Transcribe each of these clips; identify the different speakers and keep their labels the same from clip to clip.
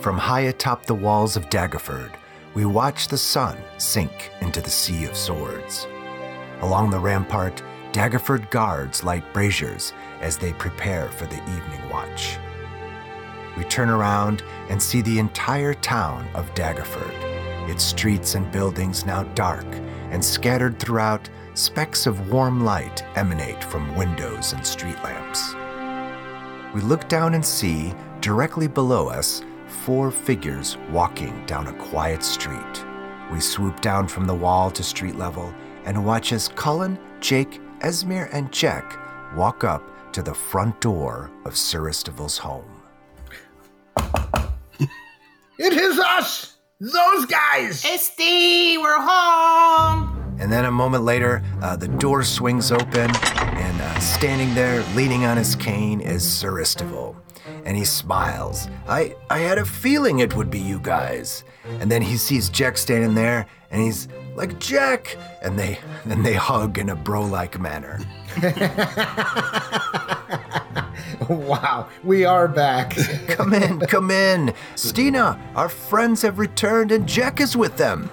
Speaker 1: From high atop the walls of Daggerford, we watch the sun sink into the sea of swords. Along the rampart, Daggerford guards light braziers as they prepare for the evening watch. We turn around and see the entire town of Daggerford, its streets and buildings now dark and scattered throughout, specks of warm light emanate from windows and street lamps. We look down and see, directly below us, four figures walking down a quiet street. We swoop down from the wall to street level and watch as Cullen, Jake, Esmir, and Jack walk up to the front door of Siristival's home.
Speaker 2: It is us! Those guys!
Speaker 3: Esty, we're home.
Speaker 1: And then a moment later, uh, the door swings open, and uh, standing there, leaning on his cane, is Sir Istival. And he smiles. I, I had a feeling it would be you guys. And then he sees Jack standing there, and he's like, Jack! And they, and they hug in a bro like manner.
Speaker 2: Wow, we are back.
Speaker 1: Come in, come in. Stina, our friends have returned and Jack is with them.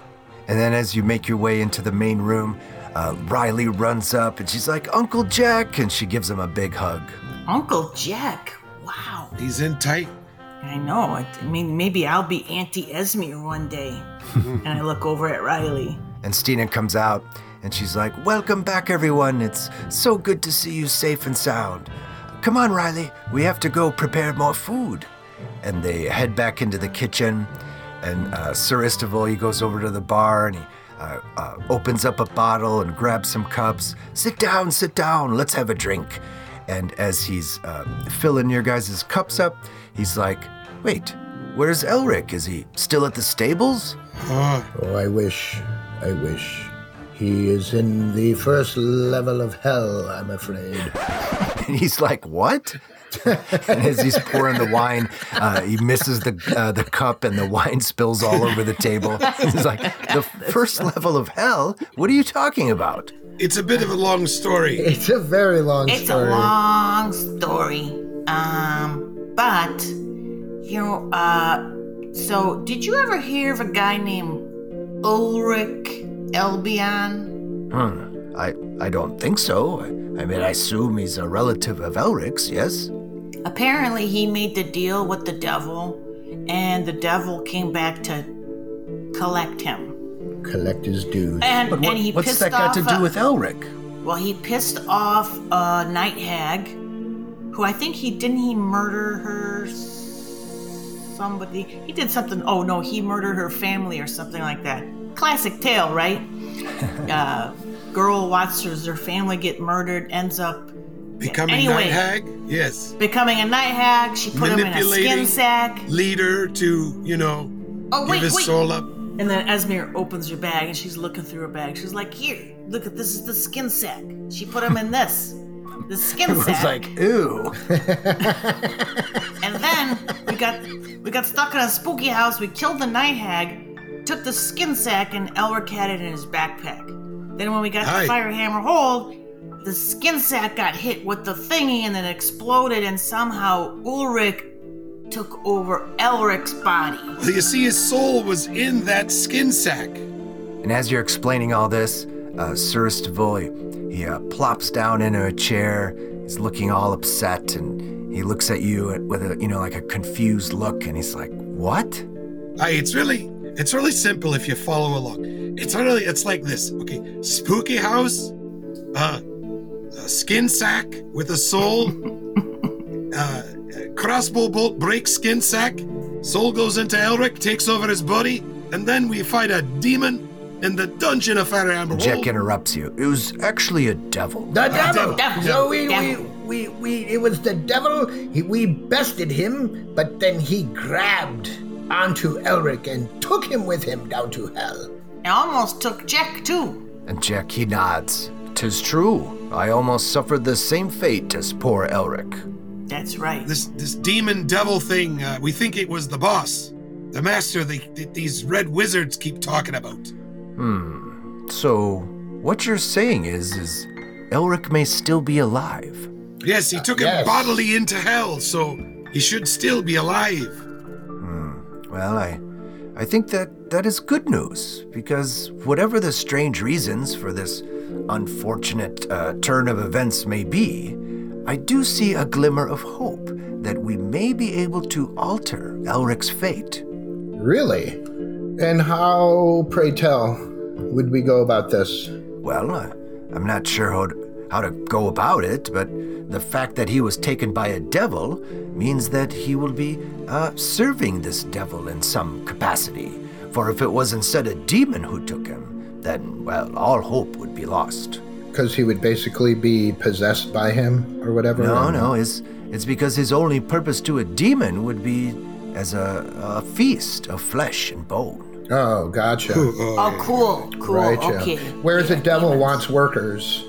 Speaker 1: And then as you make your way into the main room, uh, Riley runs up and she's like, Uncle Jack, and she gives him a big hug.
Speaker 3: Uncle Jack. Wow.
Speaker 4: He's in tight.
Speaker 3: I know. I I mean, maybe I'll be Auntie Esmir one day. and I look over at Riley.
Speaker 1: And Stina comes out and she's like, Welcome back, everyone. It's so good to see you safe and sound. Come on, Riley, we have to go prepare more food. And they head back into the kitchen. And uh, Sir Istival, he goes over to the bar and he uh, uh, opens up a bottle and grabs some cups. Sit down, sit down, let's have a drink. And as he's uh, filling your guys' cups up, he's like, Wait, where's Elric? Is he still at the stables?
Speaker 2: Oh, I wish. I wish. He is in the first level of hell, I'm afraid.
Speaker 1: And he's like, "What?" and as he's pouring the wine, uh, he misses the uh, the cup, and the wine spills all over the table. He's like, "The first level of hell? What are you talking about?"
Speaker 4: It's a bit of a long story.
Speaker 2: It's a very long
Speaker 3: It's
Speaker 2: story.
Speaker 3: a long story. Um, but you know, uh, so did you ever hear of a guy named Ulrich Elbion?
Speaker 1: Hmm. I I don't think so. I, I mean, I assume he's a relative of Elric's. Yes.
Speaker 3: Apparently, he made the deal with the devil, and the devil came back to collect him.
Speaker 2: Collect his dues.
Speaker 3: And,
Speaker 1: But what,
Speaker 3: and he
Speaker 1: what's
Speaker 3: pissed
Speaker 1: that got
Speaker 3: off uh,
Speaker 1: to do
Speaker 3: a-
Speaker 1: with Elric?
Speaker 3: Well, he pissed off a night hag, who I think he didn't he murder her. s- Somebody he did something. Oh no, he murdered her family or something like that. Classic tale, right? uh, girl watches her family get murdered, ends up
Speaker 4: Becoming
Speaker 3: Anyway.
Speaker 4: night hag. Yes.
Speaker 3: becoming a night hag. She put him in a skin
Speaker 4: Manipulating.
Speaker 3: sack.
Speaker 4: Leader to you know
Speaker 3: Oh
Speaker 4: give
Speaker 3: wait,
Speaker 4: his
Speaker 3: wait.
Speaker 4: soul up.
Speaker 3: And then Esmir opens her bag and she's looking through her bag. She's like, "Here, look at this is the skin sack. She put him in this, the skin sack."
Speaker 1: It's like, ooh.
Speaker 3: And then we got we got stuck in a spooky house. We killed the night hag, took the skin sack, and Elric had it in his backpack. Then when we got
Speaker 4: Hi.
Speaker 3: to Firehammer Hold, the skin sack got hit with the thingy and then exploded, and somehow Ulrich took over Elric's body.
Speaker 4: You see, his soul was in that skin sack.
Speaker 1: And as you're explaining all this, uh, Sir Stavoli, he uh, plops down into a chair. He's looking all upset, and he looks at you with a, you know, like a confused look, and he's like, "What?"
Speaker 4: Hi, it's really it's really simple if you follow along. It's really it's like this. Okay, spooky house, uh, a skin sack with a soul, uh, crossbow bolt breaks skin sack. Soul goes into Elric, takes over his body, and then we fight a demon in the dungeon of Firehammer.
Speaker 1: Jack
Speaker 4: Hold.
Speaker 1: interrupts you. It was actually a devil.
Speaker 2: the devil!
Speaker 4: devil,
Speaker 3: devil,
Speaker 2: So we,
Speaker 3: devil.
Speaker 2: we, we, we, it was the devil. He, we bested him, but then he grabbed onto Elric and took him with him down to hell.
Speaker 3: I almost took Jack too.
Speaker 1: And Jack he nods. Tis true. I almost suffered the same fate as poor Elric.
Speaker 3: That's right.
Speaker 4: This this demon devil thing. Uh, we think it was the boss, the master. They, that these red wizards keep talking about.
Speaker 1: So what you're saying is is Elric may still be alive.
Speaker 4: Yes, he took him
Speaker 2: yes.
Speaker 4: bodily into hell, so he should still be alive.
Speaker 1: Well, I I think that that is good news because whatever the strange reasons for this unfortunate uh, turn of events may be, I do see a glimmer of hope that we may be able to alter Elric's fate.
Speaker 2: Really? And how, pray tell, would we go about this?
Speaker 1: Well, uh, I'm not sure how to, how to go about it, but the fact that he was taken by a devil means that he will be uh, serving this devil in some capacity. For if it was instead a demon who took him, then, well, all hope would be lost.
Speaker 2: Because he would basically be possessed by him or whatever?
Speaker 1: No, no, it's, it's because his only purpose to a demon would be as a, a feast of flesh and bone.
Speaker 2: Oh, gotcha.
Speaker 3: oh, cool, cool.
Speaker 2: Right,
Speaker 3: okay.
Speaker 2: yeah. Whereas a devil wants workers,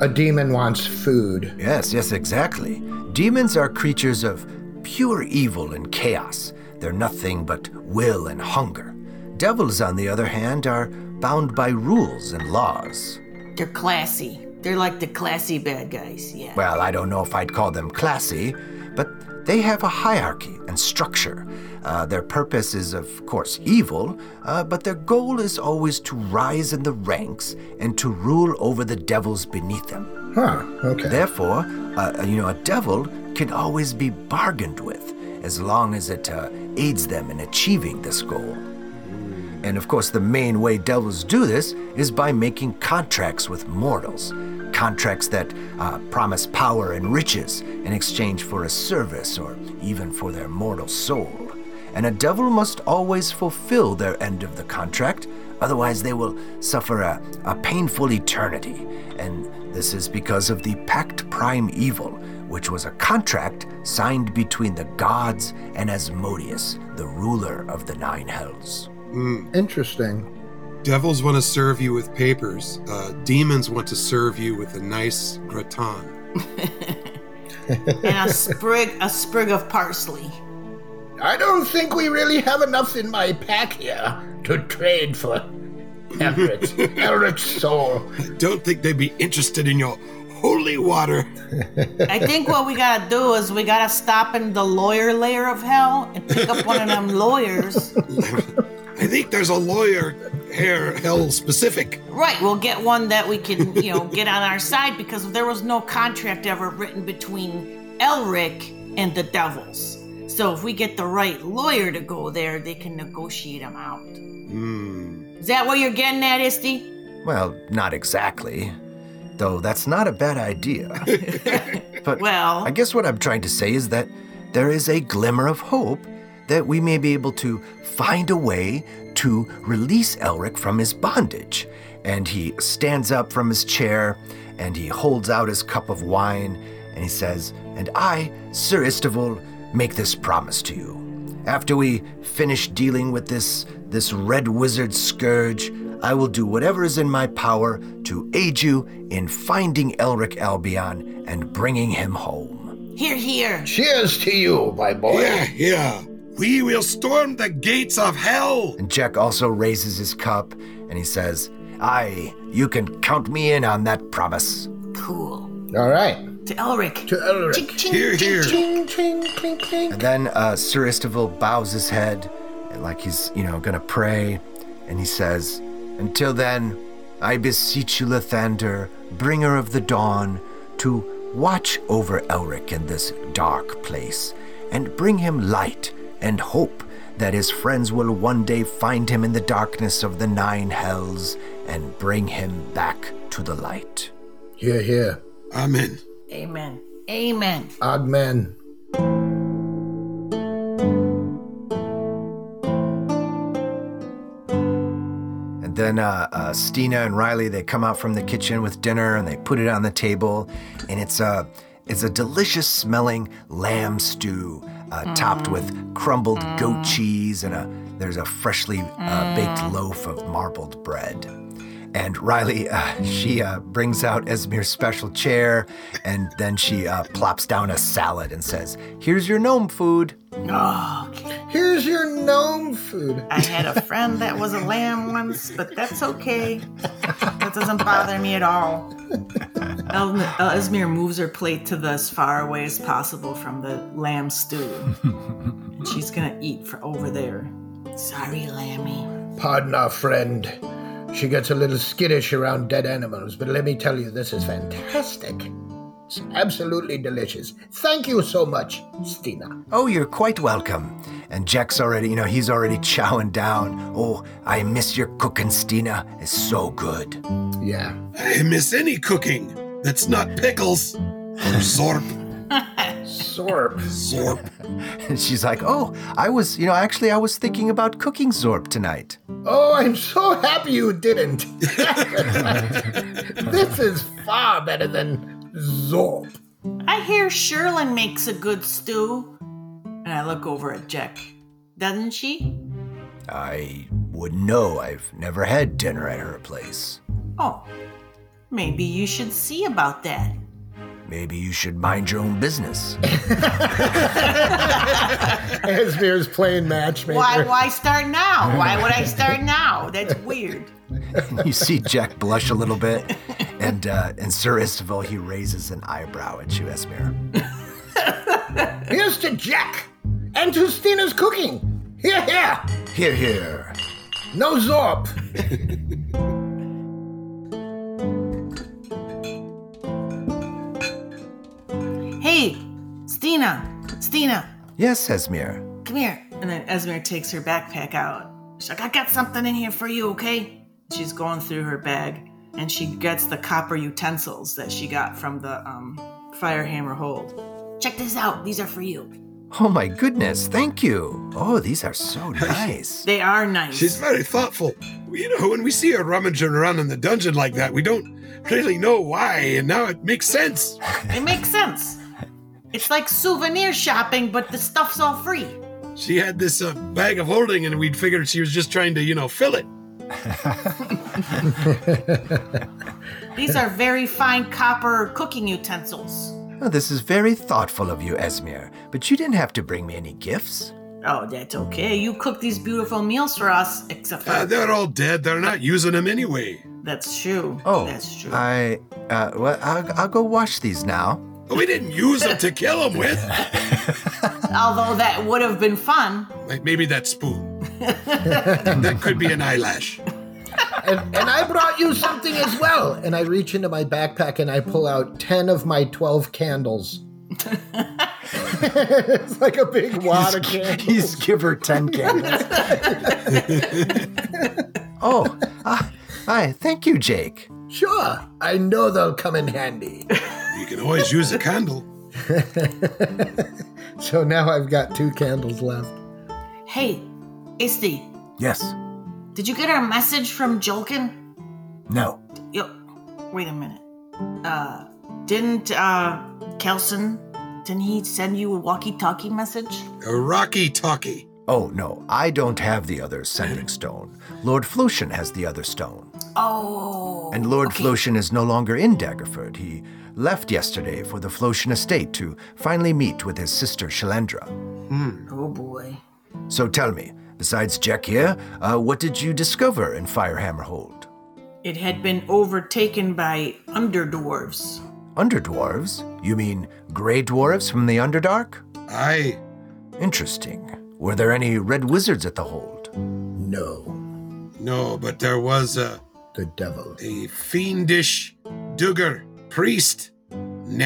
Speaker 2: a demon wants food.
Speaker 1: Yes, yes, exactly. Demons are creatures of pure evil and chaos. They're nothing but will and hunger. Devils, on the other hand, are bound by rules and laws.
Speaker 3: They're classy. They're like the classy bad guys. Yeah.
Speaker 1: Well, I don't know if I'd call them classy, but they have a hierarchy and structure. Uh, their purpose is, of course, evil, uh, but their goal is always to rise in the ranks and to rule over the devils beneath them.
Speaker 2: Huh, okay.
Speaker 1: Therefore, uh, you know, a devil can always be bargained with as long as it uh, aids them in achieving this goal. And of course, the main way devils do this is by making contracts with mortals. Contracts that uh, promise power and riches in exchange for a service or even for their mortal soul. And a devil must always fulfill their end of the contract, otherwise, they will suffer a, a painful eternity. And this is because of the Pact Prime Evil, which was a contract signed between the gods and Asmodeus, the ruler of the Nine Hells.
Speaker 2: Interesting.
Speaker 4: Devils want to serve you with papers. Uh, demons want to serve you with a nice gratin.
Speaker 3: And a sprig, a sprig of parsley.
Speaker 2: I don't think we really have enough in my pack here to trade for Elric, Elric's soul.
Speaker 4: I don't think they'd be interested in your holy water.
Speaker 3: I think what we gotta do is we gotta stop in the lawyer layer of hell and pick up one of them lawyers.
Speaker 4: I think there's a lawyer hair hell specific.
Speaker 3: Right, we'll get one that we can, you know, get on our side because there was no contract ever written between Elric and the devils. So if we get the right lawyer to go there, they can negotiate him out. Is that what you're getting at, Isty?
Speaker 1: Well, not exactly, though that's not a bad idea. but
Speaker 3: Well,
Speaker 1: I guess what I'm trying to say is that there is a glimmer of hope that we may be able to find a way to release Elric from his bondage. And he stands up from his chair and he holds out his cup of wine and he says, And I, Sir Istival, make this promise to you. After we finish dealing with this this red wizard scourge, I will do whatever is in my power to aid you in finding Elric Albion and bringing him home.
Speaker 3: here, here.
Speaker 2: Cheers to you, my boy.
Speaker 4: Yeah, yeah. We will storm the gates of hell.
Speaker 1: And Jack also raises his cup and he says, Aye, you can count me in on that promise.
Speaker 3: Cool.
Speaker 2: All right.
Speaker 3: To Elric.
Speaker 2: To Elric.
Speaker 3: Ching, ching,
Speaker 4: Here,
Speaker 3: ching,
Speaker 4: here.
Speaker 3: ching.
Speaker 2: Ching, ching, clink, clink.
Speaker 1: And then uh, Sir Istival bows his head and like he's, you know, gonna pray. And he says, Until then, I beseech you, Lathander, bringer of the dawn, to watch over Elric in this dark place and bring him light and hope that his friends will one day find him in the darkness of the nine hells and bring him back to the light.
Speaker 2: Here, here.
Speaker 4: Amen.
Speaker 3: Amen. Amen.
Speaker 2: Odd men.
Speaker 1: And then uh, uh, Stina and Riley they come out from the kitchen with dinner and they put uh, it on the table, and it's a it's a delicious smelling lamb stew uh, topped with crumbled goat cheese and a there's a freshly uh, baked loaf of marbled bread. And Riley, uh, she uh, brings out Esmir's special chair, and then she uh, plops down a salad and says, "Here's your gnome food."
Speaker 3: Oh,
Speaker 2: Here's your gnome food.
Speaker 3: I had a friend that was a lamb once, but that's okay. That doesn't bother me at all. El- El- Esmir moves her plate to the as far away as possible from the lamb stew. and she's gonna eat for over there. Sorry, Lammy.
Speaker 2: Pardon our friend. She gets a little skittish around dead animals, but let me tell you, this is fantastic. It's absolutely delicious. Thank you so much, Stina.
Speaker 1: Oh, you're quite welcome. And Jack's already, you know, he's already chowing down. Oh, I miss your cooking, Stina. It's so good.
Speaker 2: Yeah.
Speaker 4: I miss any cooking that's not pickles or zorp.
Speaker 2: Sorp.
Speaker 4: Zorp.
Speaker 1: And she's like, Oh, I was, you know, actually, I was thinking about cooking Zorb tonight.
Speaker 2: Oh, I'm so happy you didn't. this is far better than Zorp.
Speaker 3: I hear Sherlin makes a good stew. And I look over at Jack. Doesn't she?
Speaker 1: I would know. I've never had dinner at her place.
Speaker 3: Oh, maybe you should see about that.
Speaker 1: Maybe you should mind your own business.
Speaker 2: Esmir's playing matchmaker.
Speaker 3: Why? Why start now? Why would I start now? That's weird.
Speaker 1: you see Jack blush a little bit, and uh, and Sir Istival he raises an eyebrow at you, Esmer.
Speaker 2: Here's to Jack and to Stina's cooking. Here, here.
Speaker 1: Here, here.
Speaker 2: No Zorp.
Speaker 3: Hey, Stina, Stina,
Speaker 1: Yes, Esmer.
Speaker 3: come here. And then Esmer takes her backpack out. She's like, I got something in here for you, okay? She's going through her bag, and she gets the copper utensils that she got from the um, fire hammer hold. Check this out. These are for you.
Speaker 1: Oh my goodness, thank you. Oh, these are so nice.
Speaker 3: They are nice.
Speaker 4: She's very thoughtful. You know, when we see her rummaging around in the dungeon like that, we don't really know why, and now it makes sense.
Speaker 3: It makes sense. It's like souvenir shopping, but the stuff's all free.
Speaker 4: She had this uh, bag of holding, and we'd figured she was just trying to, you know, fill it.
Speaker 3: These are very fine copper cooking utensils.
Speaker 1: Oh, this is very thoughtful of you, Esmir, but you didn't have to bring me any gifts.
Speaker 3: Oh, that's okay. You cook these beautiful meals for us, except for
Speaker 4: Uh, they're all dead. They're not using them anyway.
Speaker 3: that's true.
Speaker 1: Oh,
Speaker 3: that's true.
Speaker 1: I, uh, well, I'll, I'll go wash these now.
Speaker 4: We didn't use them to kill them with.
Speaker 3: Although that would have been fun.
Speaker 4: Like maybe that spoon. that could be an eyelash.
Speaker 2: And, and I brought you something as well. And I reach into my backpack and I pull out 10 of my 12 candles. it's like a big wad of candles.
Speaker 1: Please give her 10 candles. oh, ah, hi, thank you, Jake.
Speaker 2: Sure, I know they'll come in handy.
Speaker 4: You can always use a candle.
Speaker 2: So now I've got two candles left.
Speaker 3: Hey, Isti,
Speaker 1: Yes,
Speaker 3: did you get our message from Jolkin?
Speaker 1: no.
Speaker 3: Yo, wait a minute. Uh, didn't uh, Kelson? Didn't he send you a walkie-talkie message?
Speaker 4: A rocky talkie.
Speaker 1: Oh, no, I don't have the other sending stone. Lord Flucian has the other stone.
Speaker 3: Oh.
Speaker 1: And Lord
Speaker 3: okay.
Speaker 1: Flotian is no longer in Daggerford. He left yesterday for the Flotian estate to finally meet with his sister Shalendra.
Speaker 3: Oh boy.
Speaker 1: So tell me, besides Jack here, uh, what did you discover in Firehammer Hold?
Speaker 3: It had been overtaken by underdwarves.
Speaker 1: Underdwarves? You mean grey dwarves from the Underdark?
Speaker 4: I
Speaker 1: Interesting. Were there any red wizards at the hold?
Speaker 2: No,
Speaker 4: no, but there was a,
Speaker 2: the devil.
Speaker 4: a fiendish Dugger priest,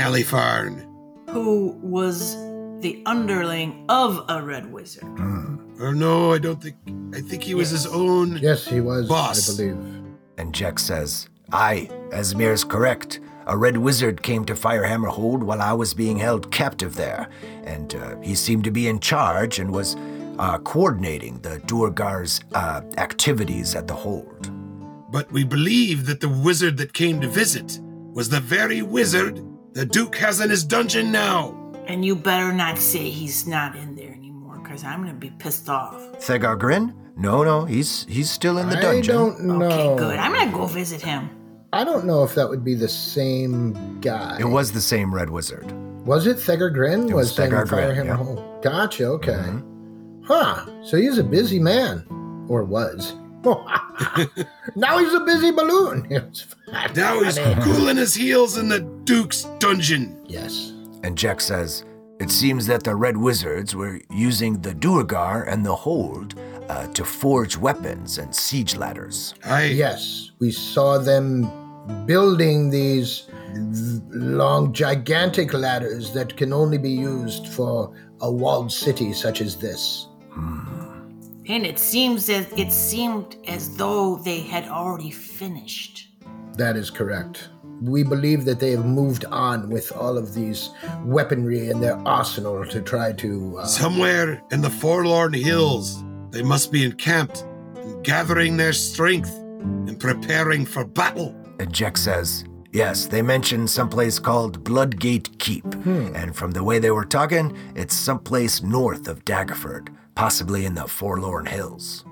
Speaker 4: Nalifarn.
Speaker 3: who was the underling of a red wizard.
Speaker 4: Or no, I don't think. I think he was his own.
Speaker 2: Yes, he was,
Speaker 4: Boss.
Speaker 2: I believe.
Speaker 1: And Jack says, Aye, Esmir is correct. A red wizard came to Firehammer Hold while I was being held captive there, and uh, he seemed to be in charge and was uh, coordinating the Durgar's uh, activities at the hold.
Speaker 4: But we believe that the wizard that came to visit was the very wizard the Duke has in his dungeon now.
Speaker 3: And you better not say he's not in there anymore, because I'm going to be pissed off.
Speaker 1: Thegar grin? No, no, he's he's still in the
Speaker 2: I
Speaker 1: dungeon.
Speaker 2: don't know.
Speaker 3: Okay, good. I'm going to go visit him.
Speaker 2: I don't know if that would be the same guy.
Speaker 1: It was the same Red Wizard.
Speaker 2: Was it Thegar Grin?
Speaker 1: It was
Speaker 2: saying
Speaker 1: Thegar
Speaker 2: fire
Speaker 1: Grin,
Speaker 2: him
Speaker 1: yeah. Mm-hmm.
Speaker 2: home. Gotcha. Okay. Huh. So he's a busy man, or was. now he's a busy balloon. It's funny.
Speaker 4: Now he's cooling his heels in the Duke's dungeon.
Speaker 2: Yes.
Speaker 1: And Jack says, It seems that the Red Wizards were using the Durgar and the Hold uh, to forge weapons and siege ladders.
Speaker 4: I
Speaker 2: Yes. We saw them building these long, gigantic ladders that can only be used for a walled city such as this.
Speaker 3: And it seems as it seemed as though they had already finished.
Speaker 2: That is correct. We believe that they have moved on with all of these weaponry in their arsenal to try to. Uh,
Speaker 4: Somewhere in the forlorn hills, they must be encamped, and gathering their strength and preparing for battle.
Speaker 1: And Jack says, Yes, they mentioned someplace called Bloodgate Keep. And from the way they were talking, it's someplace north of Daggerford, possibly in the Forlorn Hills.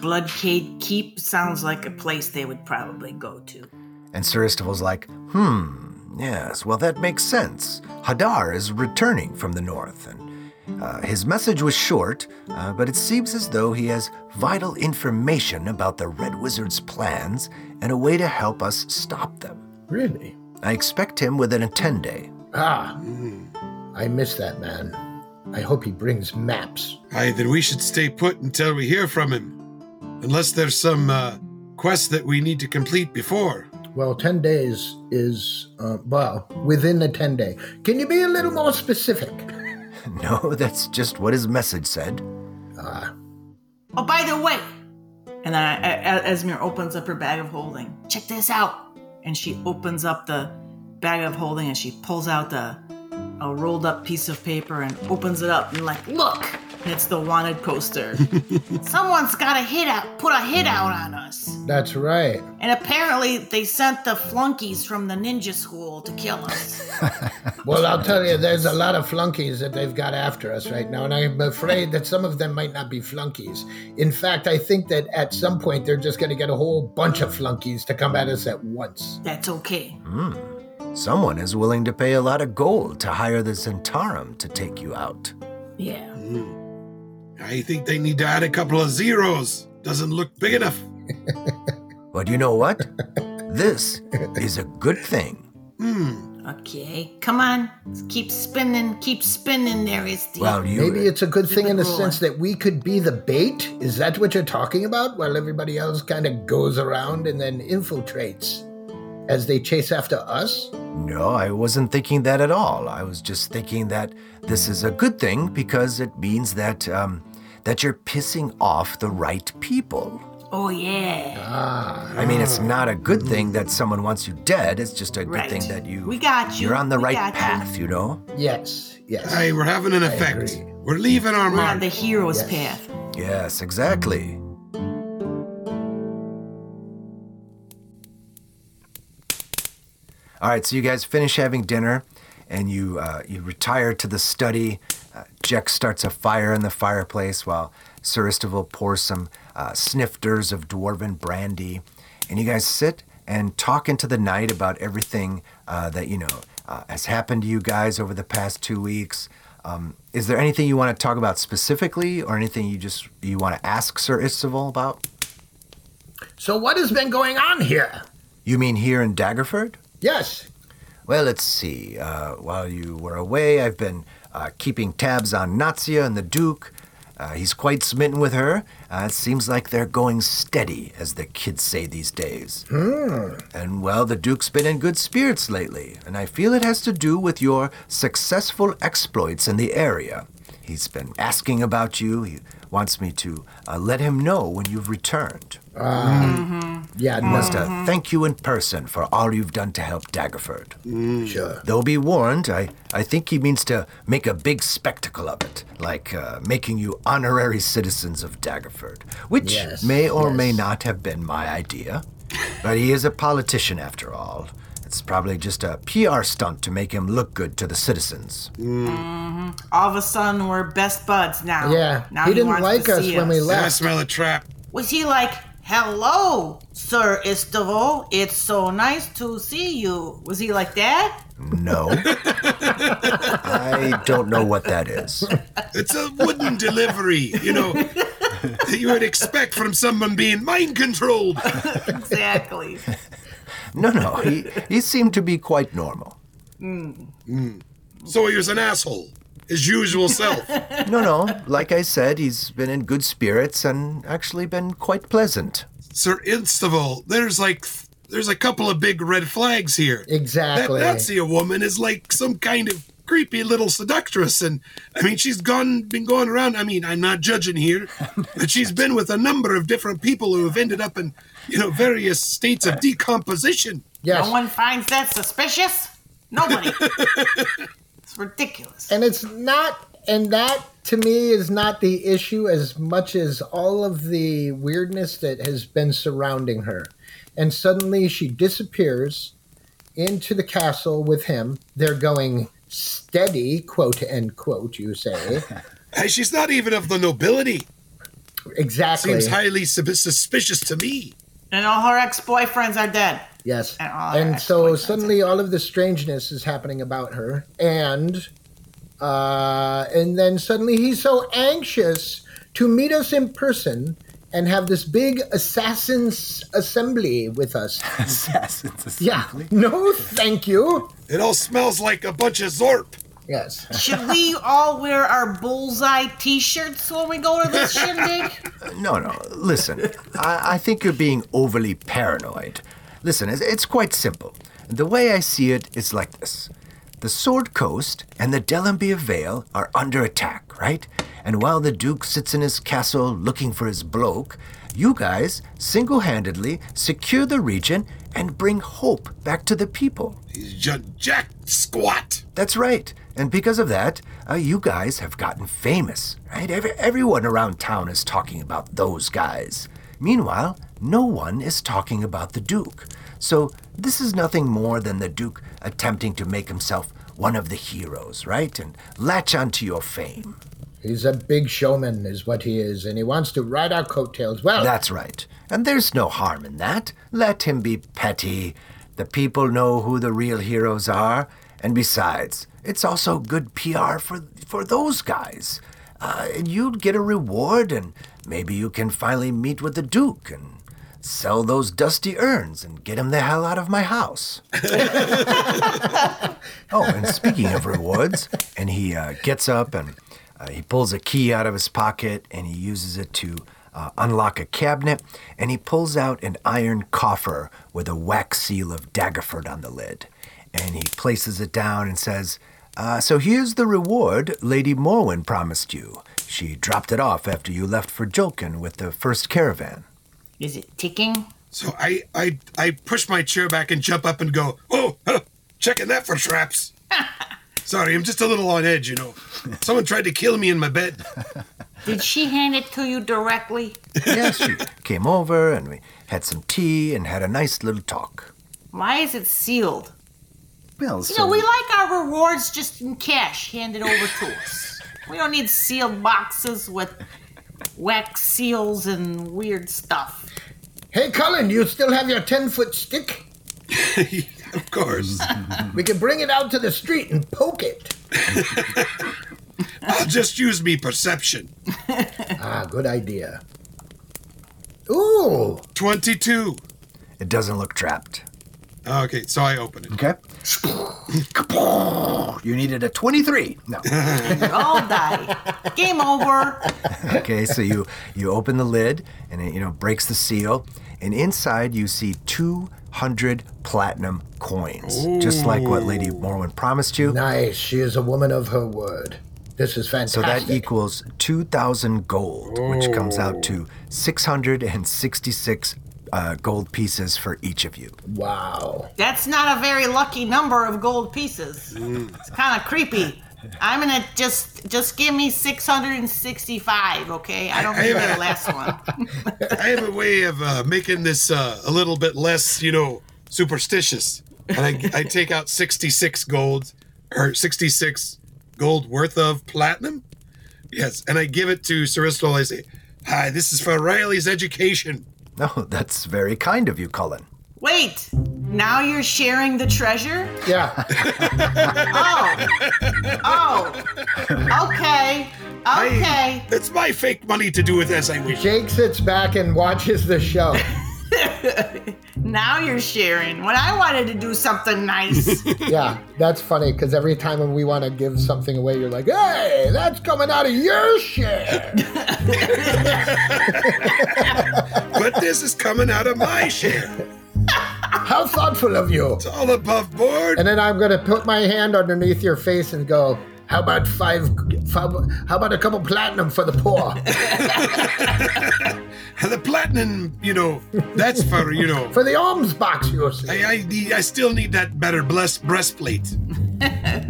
Speaker 3: Bloodcade Keep sounds like a place they would probably go to.
Speaker 1: And Sir Istival's like, Hmm, yes, well, that makes sense. Hadar is returning from the north, and uh, his message was short, uh, but it seems as though he has vital information about the Red Wizard's plans and a way to help us stop them.
Speaker 2: really?
Speaker 1: I expect him within a 10 day.
Speaker 2: Ah, I miss that man. I hope he brings maps.
Speaker 4: Aye, then we should stay put until we hear from him. Unless there's some uh, quest that we need to complete before.
Speaker 2: Well, 10 days is, uh, well, within the 10 day. Can you be a little more specific?
Speaker 1: No, that's just what his message said.
Speaker 2: Ah,
Speaker 3: Oh, by the way, and I, I, Esmir opens up her bag of holding. Check this out. And she opens up the bag of holding and she pulls out the a rolled up piece of paper and opens it up and like, look, and it's the wanted poster. Someone's got a hit out, put a hit out on us.
Speaker 2: that's right.
Speaker 3: And apparently they sent the flunkies from the ninja school to kill us.
Speaker 2: Well, I'll tell you, there's a lot of flunkies that they've got after us right now, and I'm afraid that some of them might not be flunkies. In fact, I think that at some point they're just going to get a whole bunch of flunkies to come at us at once.
Speaker 3: That's okay.
Speaker 1: Someone is willing to pay a lot of gold to hire the Zentarum to take you out.
Speaker 3: Yeah.
Speaker 4: I think they need to add a couple of zeros. Doesn't look big enough.
Speaker 1: But you know what? this is a good thing.
Speaker 4: Hmm.
Speaker 3: Okay. Come on. Keep spinning. Keep spinning there, Isti.
Speaker 1: Well, you
Speaker 2: Maybe it's a good thing in the
Speaker 3: Cool.
Speaker 2: sense that we could be the bait. Is that what you're talking about? While everybody else kind of goes around and then infiltrates as they chase after us?
Speaker 1: No, I wasn't thinking that at all. I was just thinking that this is a good thing because it means that um, that you're pissing off the right people.
Speaker 3: oh, yeah.
Speaker 2: Ah,
Speaker 1: I mean, it's not a good thing that someone wants you dead. It's just a good
Speaker 3: Right.
Speaker 1: thing that you
Speaker 3: We got you.
Speaker 1: You're on the
Speaker 3: We
Speaker 1: right
Speaker 3: got you.
Speaker 1: path, you know.
Speaker 2: yes, yes.
Speaker 4: Aye, we're having an effect.
Speaker 2: agree.
Speaker 4: We're leaving our
Speaker 3: We're
Speaker 4: mark.
Speaker 3: on the hero's
Speaker 2: Yes.
Speaker 3: path.
Speaker 1: Yes, exactly. All right, so you guys finish having dinner, and you uh, you retire to the study. Uh, Jack starts a fire in the fireplace while Sir Istival pours some uh, snifters of dwarven brandy, and you guys sit and talk into the night about everything uh, that you know uh, has happened to you guys over the past two weeks. Um, is there anything you want to talk about specifically, or anything you just you want to ask Sir Istival about?
Speaker 2: So, what has been going on here?
Speaker 1: You mean here in Daggerford?
Speaker 2: Yes,
Speaker 1: Well, let's see. Uh, while you were away, I've been uh, keeping tabs on Nazia and the Duke. Uh, he's quite smitten with her. Uh, it seems like they're going steady, as the kids say these days. And well, the Duke's been in good spirits lately, and I feel it has to do with your successful exploits in the area. He's been asking about you. He wants me to uh, let him know when you've returned.
Speaker 2: yeah,
Speaker 1: He
Speaker 2: no,
Speaker 1: wants to thank you in person for all you've done to help Daggerford.
Speaker 2: sure.
Speaker 1: Though be warned, I, I think he means to make a big spectacle of it, like uh, making you honorary citizens of Daggerford, which
Speaker 2: Yes,
Speaker 1: may or may
Speaker 2: yes.
Speaker 1: not have been my idea. But he is a politician after all. It's probably just a PR stunt to make him look good to the citizens.
Speaker 3: All of a sudden, we're best buds now.
Speaker 2: Yeah,
Speaker 3: Now
Speaker 2: he didn't
Speaker 3: wants
Speaker 2: like
Speaker 3: to
Speaker 2: us
Speaker 3: see
Speaker 2: when we
Speaker 4: And I
Speaker 2: left.
Speaker 4: smell a trap.
Speaker 3: Was he like, hello, Sir Istavo? It's so nice to see you. Was he like that?
Speaker 1: No. I don't know what that is.
Speaker 4: It's a wooden delivery, you know, that you would expect from someone being mind controlled.
Speaker 3: Exactly.
Speaker 1: No, no, he, he seemed to be quite normal.
Speaker 4: So he was an asshole, his usual self.
Speaker 1: No, no, like I said, he's been in good spirits and actually been quite pleasant.
Speaker 4: Sir Instaval, there's like there's a couple of big red flags here. That
Speaker 2: Exactly.
Speaker 4: Nazi woman is like some kind of creepy little seductress, and I mean she's gone been going around. I mean I'm not judging here, but she's been with a number of different people who have ended up in you know various states of decomposition.
Speaker 2: yes.
Speaker 3: No one finds that suspicious? Nobody. it's ridiculous.
Speaker 2: and it's not and that to me is not the issue as much as all of the weirdness that has been surrounding her and suddenly she disappears into the castle with him they're going steady quote end quote you say
Speaker 4: Hey, she's not even of the nobility.
Speaker 2: exactly
Speaker 4: Seems highly sus- suspicious to me.
Speaker 3: And all her ex boyfriends are dead.
Speaker 2: yes
Speaker 3: And all her
Speaker 2: and so
Speaker 3: ex-boyfriends.
Speaker 2: suddenly all of the strangeness is happening about her and uh, and then suddenly he's so anxious to meet us in person and have this big assassins assembly with us
Speaker 1: Assassin's
Speaker 2: yeah no thank you
Speaker 4: It all smells like a bunch of zorp.
Speaker 2: yes
Speaker 3: Should we all wear our bullseye t shirts when we go to this shindig?
Speaker 1: No, no, listen, I, I think you're being overly paranoid. Listen, it's, it's quite simple. The way I see it is like this The Sword Coast and the Delamere Vale are under attack, right? And while the Duke sits in his castle looking for his bloke, you guys single handedly secure the region and bring hope back to the people.
Speaker 4: He's j- jack squat.
Speaker 1: That's right. And because of that, uh, you guys have gotten famous, right? Every, everyone around town is talking about those guys. Meanwhile, no one is talking about the Duke. So this is nothing more than the Duke attempting to make himself one of the heroes, right? And latch onto your fame.
Speaker 2: he's a big showman is what he is and he wants to ride our coattails well
Speaker 1: That's right. And there's no harm in that. Let him be petty. The people know who the real heroes are. And besides, it's also good PR for, for those guys. Uh, and you'd get a reward, and maybe you can finally meet with the Duke and sell those dusty urns and get him the hell out of my house. Oh, and speaking of rewards, and he uh, gets up and uh, he pulls a key out of his pocket and he uses it to uh, unlock a cabinet and he pulls out an iron coffer with a wax seal of Daggerford on the lid. And he places it down and says, uh, So here's the reward Lady Morwen promised you. She dropped it off after you left for Jolkin with the first caravan.
Speaker 3: Is it ticking?
Speaker 4: So I, I, I push my chair back and jump up and go, oh, huh, checking that for traps. Sorry, I'm just a little on edge, you know. Someone tried to kill me in my bed.
Speaker 3: Did she hand it to you directly?
Speaker 1: Yes, she came over and we had some tea and had a nice little talk.
Speaker 3: Why is it sealed?
Speaker 1: Well,
Speaker 3: You know, we like our rewards just in cash handed over to us. We don't need sealed boxes with wax seals and weird stuff.
Speaker 2: hey colin you still have your 10 foot stick
Speaker 4: of course.
Speaker 2: we can bring it out to the street and poke it
Speaker 4: I'll just use me perception.
Speaker 2: ah good idea ooh
Speaker 4: 22.
Speaker 1: it doesn't look trapped.
Speaker 4: Okay, so I open it.
Speaker 1: Okay. You needed a 23. No.
Speaker 3: We all die. Game over.
Speaker 1: Okay, so you you open the lid and it you know breaks the seal and inside you see 200 platinum coins. Just like what Lady Morwen promised you.
Speaker 2: Nice. She is a woman of her word. This is
Speaker 1: So
Speaker 2: fantastic.
Speaker 1: that equals 2,000 gold, which comes out to 666 uh, gold pieces for each of you.
Speaker 2: wow.
Speaker 3: That's not a very lucky number of gold pieces. It's kind of creepy. I'm gonna just just give me 665, okay? I don't need the last one.
Speaker 4: I have a way of uh, making this uh, a little bit less, you know, superstitious. and I, I take out 66 gold or 66 gold worth of platinum. Yes, and I give it to Saristol. I say, "Hi, this is for Riley's education."
Speaker 1: Oh, that's very kind of you, Cullen.
Speaker 3: Wait, now you're sharing the treasure?
Speaker 2: Yeah.
Speaker 3: Oh, oh, okay, okay.
Speaker 4: I, it's my fake money to do with as I wish.
Speaker 2: Jake sits back and watches the show.
Speaker 3: Now you're sharing. When I wanted to do something nice,
Speaker 2: Yeah, that's funny because every time when we want to give something away, you're like, hey, that's coming out of your share.
Speaker 4: But this is coming out of my share.
Speaker 2: How thoughtful of you.
Speaker 4: It's all above board.
Speaker 2: And then I'm going to put my hand underneath your face and go, how about five, five how about a couple platinum for the poor?
Speaker 4: the platinum, you know, that's for you know.
Speaker 2: for the alms box, you see.
Speaker 4: I, I need. I still need that better blessed breastplate.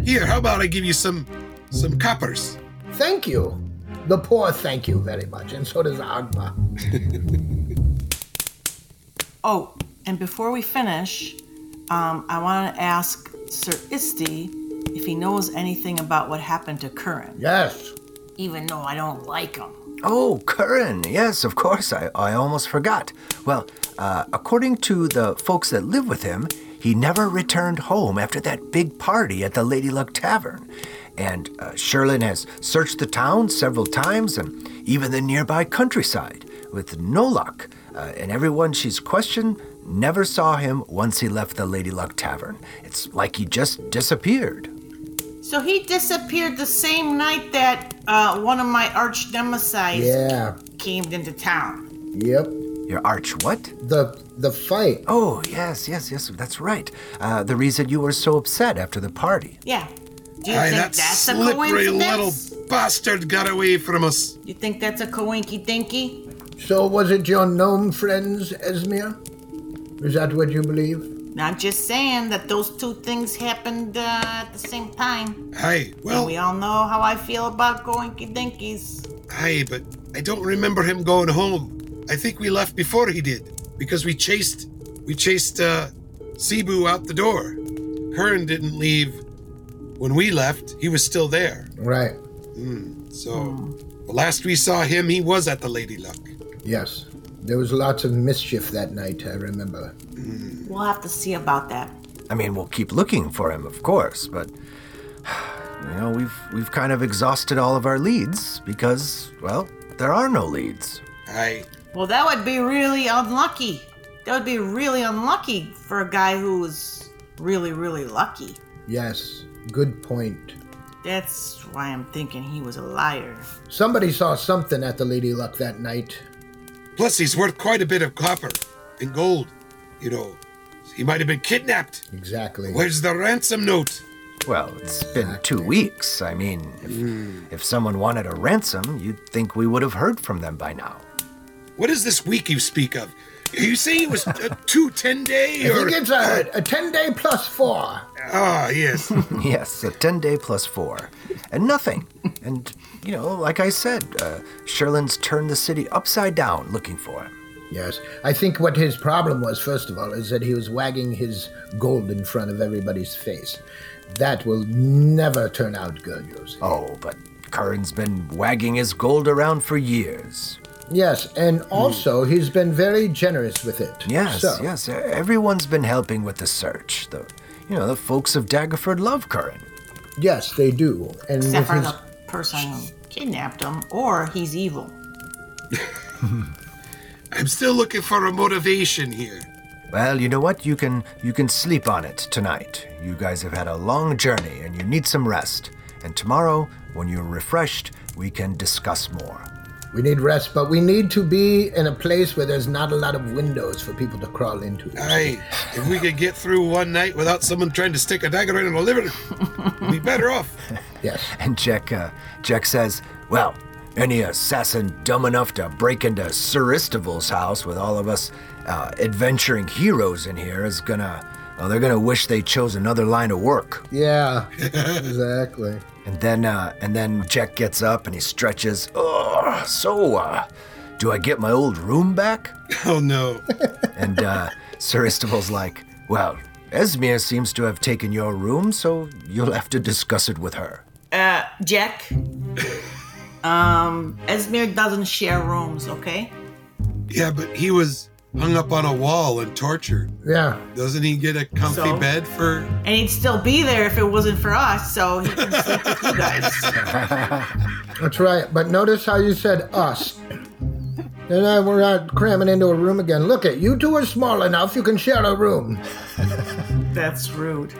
Speaker 4: Here, how about I give you some some coppers?
Speaker 2: Thank you. The poor thank you very much, and so does Agma.
Speaker 3: Oh, and before we finish, um, I want to ask Sir Isti if he knows anything about what happened to Curran,
Speaker 2: Yes.
Speaker 3: even though I don't like him.
Speaker 1: Oh, Curran, yes, of course, I, I almost forgot. Well, uh, according to the folks that live with him, he never returned home after that big party at the Lady Luck Tavern. And uh, Sherlin has searched the town several times and even the nearby countryside with no luck. Uh, and everyone she's questioned never saw him once he left the Lady Luck Tavern. It's like he just disappeared.
Speaker 3: So he disappeared the same night that uh, one of my arch nemesis
Speaker 2: Yeah.
Speaker 3: came into town.
Speaker 2: Yep.
Speaker 1: Your arch, what?
Speaker 2: The the fight.
Speaker 1: Oh, yes, yes, yes, that's right. Uh, the reason you were so upset after the party.
Speaker 3: Yeah. Do you
Speaker 4: Aye,
Speaker 3: think
Speaker 4: that
Speaker 3: that's a
Speaker 4: slippery little
Speaker 3: coincidence?
Speaker 4: bastard got away from us.
Speaker 3: You think that's a coinky dinky?
Speaker 2: So was it your gnome friends, Esmir? Is that what you believe?
Speaker 3: Not just saying that those two things happened uh, at the same time.
Speaker 4: Aye, well,
Speaker 3: We all know how I feel about coinky dinkies.
Speaker 4: aye, but I don't remember him going home. I think we left before he did because we chased we chased uh, Cebu out the door. Kern didn't leave when we left. He was still there.
Speaker 2: Right.
Speaker 4: So
Speaker 3: Hmm.
Speaker 4: the last we saw him, he was at the Lady Luck.
Speaker 2: Yes. There was lots of mischief that night, I remember.
Speaker 3: We'll have to see about that.
Speaker 1: I mean, we'll keep looking for him, of course, but you know, we've we've kind of exhausted all of our leads because, well, there are no leads.
Speaker 4: Aye.
Speaker 3: Well, that would be really unlucky. That would be really unlucky for a guy who was really, really lucky.
Speaker 2: Yes. Good point.
Speaker 3: That's why I'm thinking he was a liar.
Speaker 2: Somebody saw something at the Lady Luck that night.
Speaker 4: Plus, he's worth quite a bit of copper and gold. You know, he might have been kidnapped.
Speaker 2: Exactly.
Speaker 4: Where's the ransom note?
Speaker 1: Well, it's been two weeks. I mean, if, if someone wanted a ransom, you'd think we would have heard from them by now.
Speaker 4: What is this week you speak of? You say it was a two ten day
Speaker 2: I
Speaker 4: or
Speaker 2: think it's a, a 10 day plus four.
Speaker 4: ah yes.
Speaker 1: Yes, a 10 day plus four. And nothing. And, you know, like I said, uh, Sherlin's turned the city upside down looking for him.
Speaker 2: Yes. I think what his problem was, first of all, is that he was wagging his gold in front of everybody's face. That will never turn out good, you see.
Speaker 1: Oh, but Curran's been wagging his gold around for years.
Speaker 2: Yes, and also he's been very generous with it.
Speaker 1: Hmm. Yes,
Speaker 2: So,
Speaker 1: yes. e- Everyone's been helping with the search. The, you know, the folks of Daggerford love Curran.
Speaker 2: Yes, they do. And
Speaker 3: Except
Speaker 2: with
Speaker 3: for
Speaker 2: his,
Speaker 3: the person who kidnapped him, or he's evil.
Speaker 4: I'm still looking for a motivation here.
Speaker 1: Well, you know what? You can you can sleep on it tonight. You guys have had a long journey and you need some rest. And tomorrow, when you're refreshed, we can discuss more.
Speaker 2: we need rest, but we need to be in a place where there's not a lot of windows for people to crawl into.
Speaker 1: Ah.
Speaker 4: Aye, if we could get through one night without someone trying to stick a dagger in our liver, we'd be better off.
Speaker 2: Yes.
Speaker 1: And Jack uh, Jack says, "Well, any assassin dumb enough to break into Sir Istival's house with all of us uh, adventuring heroes in here is gonna, oh, they're gonna wish they chose another line of work."
Speaker 2: Yeah. exactly.
Speaker 1: And then, uh, and then Jack gets up and he stretches. Oh, so, uh, do I get my old room back?
Speaker 4: Oh no.
Speaker 1: And uh, Sir Istival's like, well, Esmir seems to have taken your room, so you'll have to discuss it with her.
Speaker 3: Uh, Jack. um, Esmir doesn't share rooms, okay?
Speaker 4: Yeah, but he was hung up on a wall and tortured.
Speaker 2: Yeah.
Speaker 4: Doesn't he get a comfy
Speaker 3: So?
Speaker 4: bed for?
Speaker 3: And he'd still be there if it wasn't for us, so he can sleep with you guys.
Speaker 2: That's right. But notice how you said us. And I, we're not cramming into a room again. Look at you two are small enough. You can share a room.
Speaker 3: That's rude.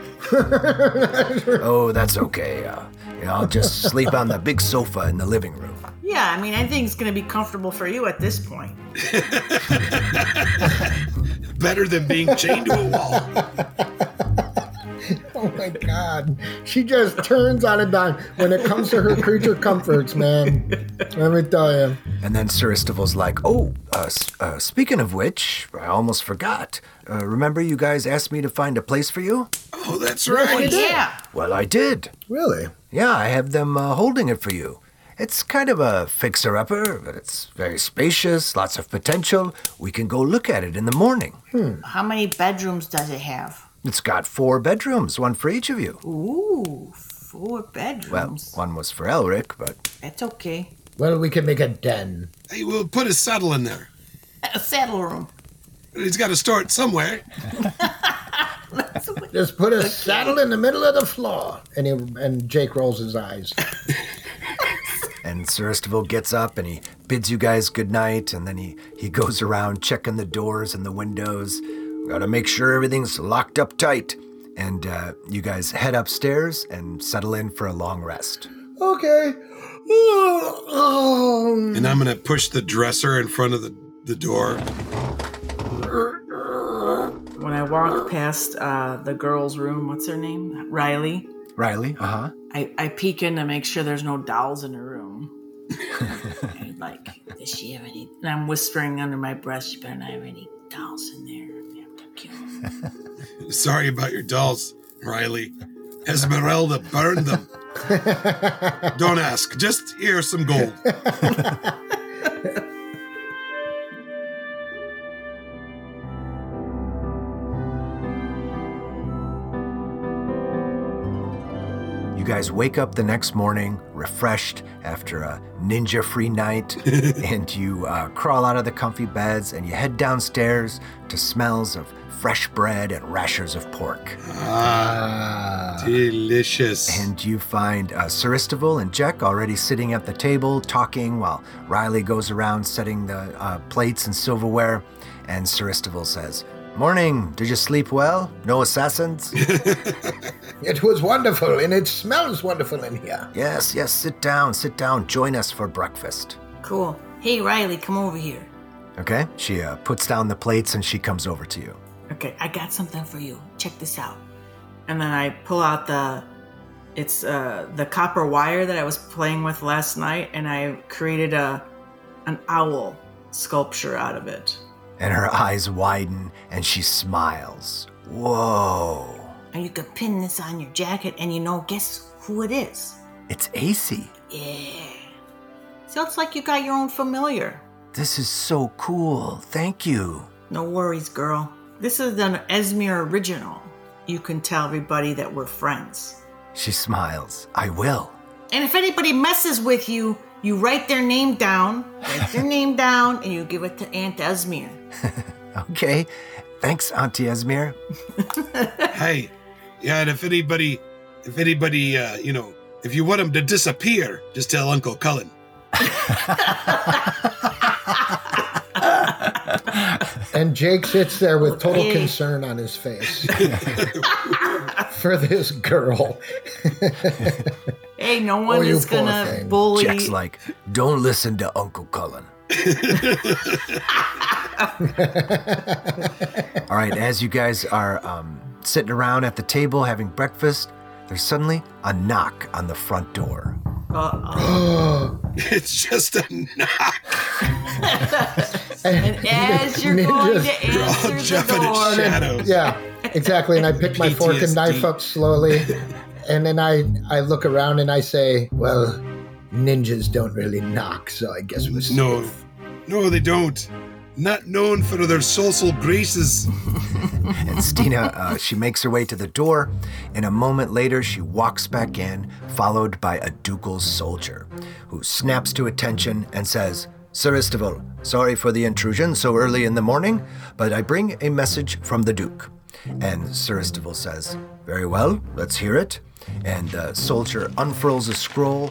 Speaker 1: Oh, that's okay. Uh, yeah, I'll just sleep on the big sofa in the living room.
Speaker 3: Yeah, I mean, anything's gonna be comfortable for you at this point.
Speaker 4: Better than being chained to a wall.
Speaker 2: Oh my God. She just turns on a dime when it comes to her creature comforts, man. Let me tell you.
Speaker 1: And then Sir Estival's like, "Oh, uh, s- uh, speaking of which, I almost forgot. Uh, remember, you guys asked me to find a place for you.
Speaker 4: Oh, that's right.
Speaker 3: Yeah.
Speaker 1: Well, I did.
Speaker 2: Really?
Speaker 1: Yeah, I have them uh, holding it for you. It's kind of a fixer-upper, but it's very spacious, lots of potential. We can go look at it in the morning.
Speaker 3: How many bedrooms does it have?
Speaker 1: It's got four bedrooms, one for each of you.
Speaker 3: Ooh, four
Speaker 1: Well,
Speaker 3: bedrooms.
Speaker 1: one was for Elric, but
Speaker 3: That's okay.
Speaker 2: Well, we can make a den.
Speaker 4: Hey, we'll put a saddle in there.
Speaker 3: A saddle room.
Speaker 4: He's got to start somewhere.
Speaker 2: Just put a saddle in the middle of the floor. And, he, and Jake rolls his eyes.
Speaker 1: And Sir Estival gets up and he bids you guys good night, and then he, he goes around checking the doors and the windows. Gotta make sure everything's locked up tight. And uh, you guys head upstairs and settle in for a long rest.
Speaker 2: Okay. Oh,
Speaker 4: And I'm gonna push the dresser in front of the, the door.
Speaker 3: When I walk past uh, the girl's room, what's her name? Riley.
Speaker 1: Riley? Uh huh.
Speaker 3: I, I peek in to make sure there's no dolls in her room. I'm like, does she have any? And I'm whispering under my breath, she better not have any dolls in there. We have to kill them.
Speaker 4: Sorry about your dolls, Riley. Esmeralda burned them. Don't ask. Just here's some gold.
Speaker 1: You guys wake up the next morning, refreshed after a ninja free night, and you uh, crawl out of the comfy beds and you head downstairs to smells of fresh bread and rashers of pork.
Speaker 4: Delicious.
Speaker 1: And you find uh, Saristival and Jack already sitting at the table talking while Riley goes around setting the uh, plates and silverware. And Saristival says, Morning, did you sleep well? No assassins?
Speaker 2: it was wonderful, and it smells wonderful in here.
Speaker 1: yes, yes, sit down, sit down, join us for breakfast.
Speaker 3: Cool. Hey, Riley, come over here.
Speaker 1: Okay? She uh, puts down the plates and she comes over to you.
Speaker 3: Okay, I got something for you. Check this out. And then I pull out the it's uh the copper wire that I was playing with last night and I created a an owl sculpture out of it.
Speaker 1: And her eyes widen and she smiles. Whoa,
Speaker 3: And you could pin this on your jacket and you know guess who it is?
Speaker 1: it's AC.
Speaker 3: Yeah. So it's like you got your own familiar.
Speaker 1: This is so cool. Thank you.
Speaker 3: No worries, girl. This is an Esmir original. You can tell everybody that we're friends.
Speaker 1: She smiles. I will.
Speaker 3: And if anybody messes with you, you write their name down, write their name down, and you give it to Aunt Esmir.
Speaker 1: Okay. Thanks, Auntie Esmir.
Speaker 4: hey, yeah, and if anybody, if anybody, uh, you know, if you want him to disappear, just tell Uncle Cullen.
Speaker 2: And Jake sits there with total
Speaker 3: Okay.
Speaker 2: concern on his face for this girl.
Speaker 3: Hey, no
Speaker 2: Oh,
Speaker 3: one
Speaker 2: you
Speaker 3: is
Speaker 2: poor
Speaker 3: gonna
Speaker 2: thing.
Speaker 3: bully.
Speaker 1: Jack's like, don't listen to Uncle Cullen. All right, as you guys are um, sitting around at the table having breakfast, there's suddenly a knock on the front door.
Speaker 3: Uh,
Speaker 4: It's just a knock.
Speaker 3: and as you're going to
Speaker 4: All
Speaker 3: answer
Speaker 4: jumping at
Speaker 3: the door,
Speaker 4: shadows.
Speaker 2: Yeah, exactly. And I pick my fork and knife
Speaker 4: PTSD.
Speaker 2: up slowly, and then I I look around and I say, "Well, ninjas don't really knock, so I guess we're safe."
Speaker 4: No, no, they don't. Not known for their social graces.
Speaker 1: and Stina, uh, she makes her way to the door, and a moment later, she walks back in, followed by a ducal soldier, who snaps to attention and says, Sir Estival, sorry for the intrusion so early in the morning, but I bring a message from the Duke. And Sir Estival says, Very well, let's hear it. And the soldier unfurls a scroll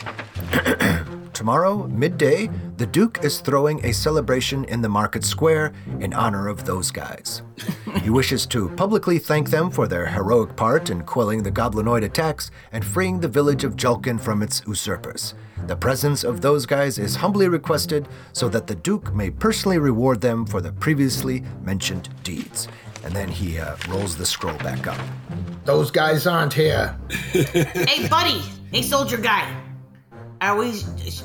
Speaker 1: Tomorrow, midday, the Duke is throwing a celebration in the market square in honor of those guys. he wishes to publicly thank them for their heroic part in quelling the goblinoid attacks and freeing the village of Jolkin from its usurpers. The presence of those guys is humbly requested so that the Duke may personally reward them for the previously mentioned deeds. And then he uh, rolls the scroll back up.
Speaker 2: Those guys aren't here.
Speaker 3: hey, buddy. Hey, soldier guy. Are we?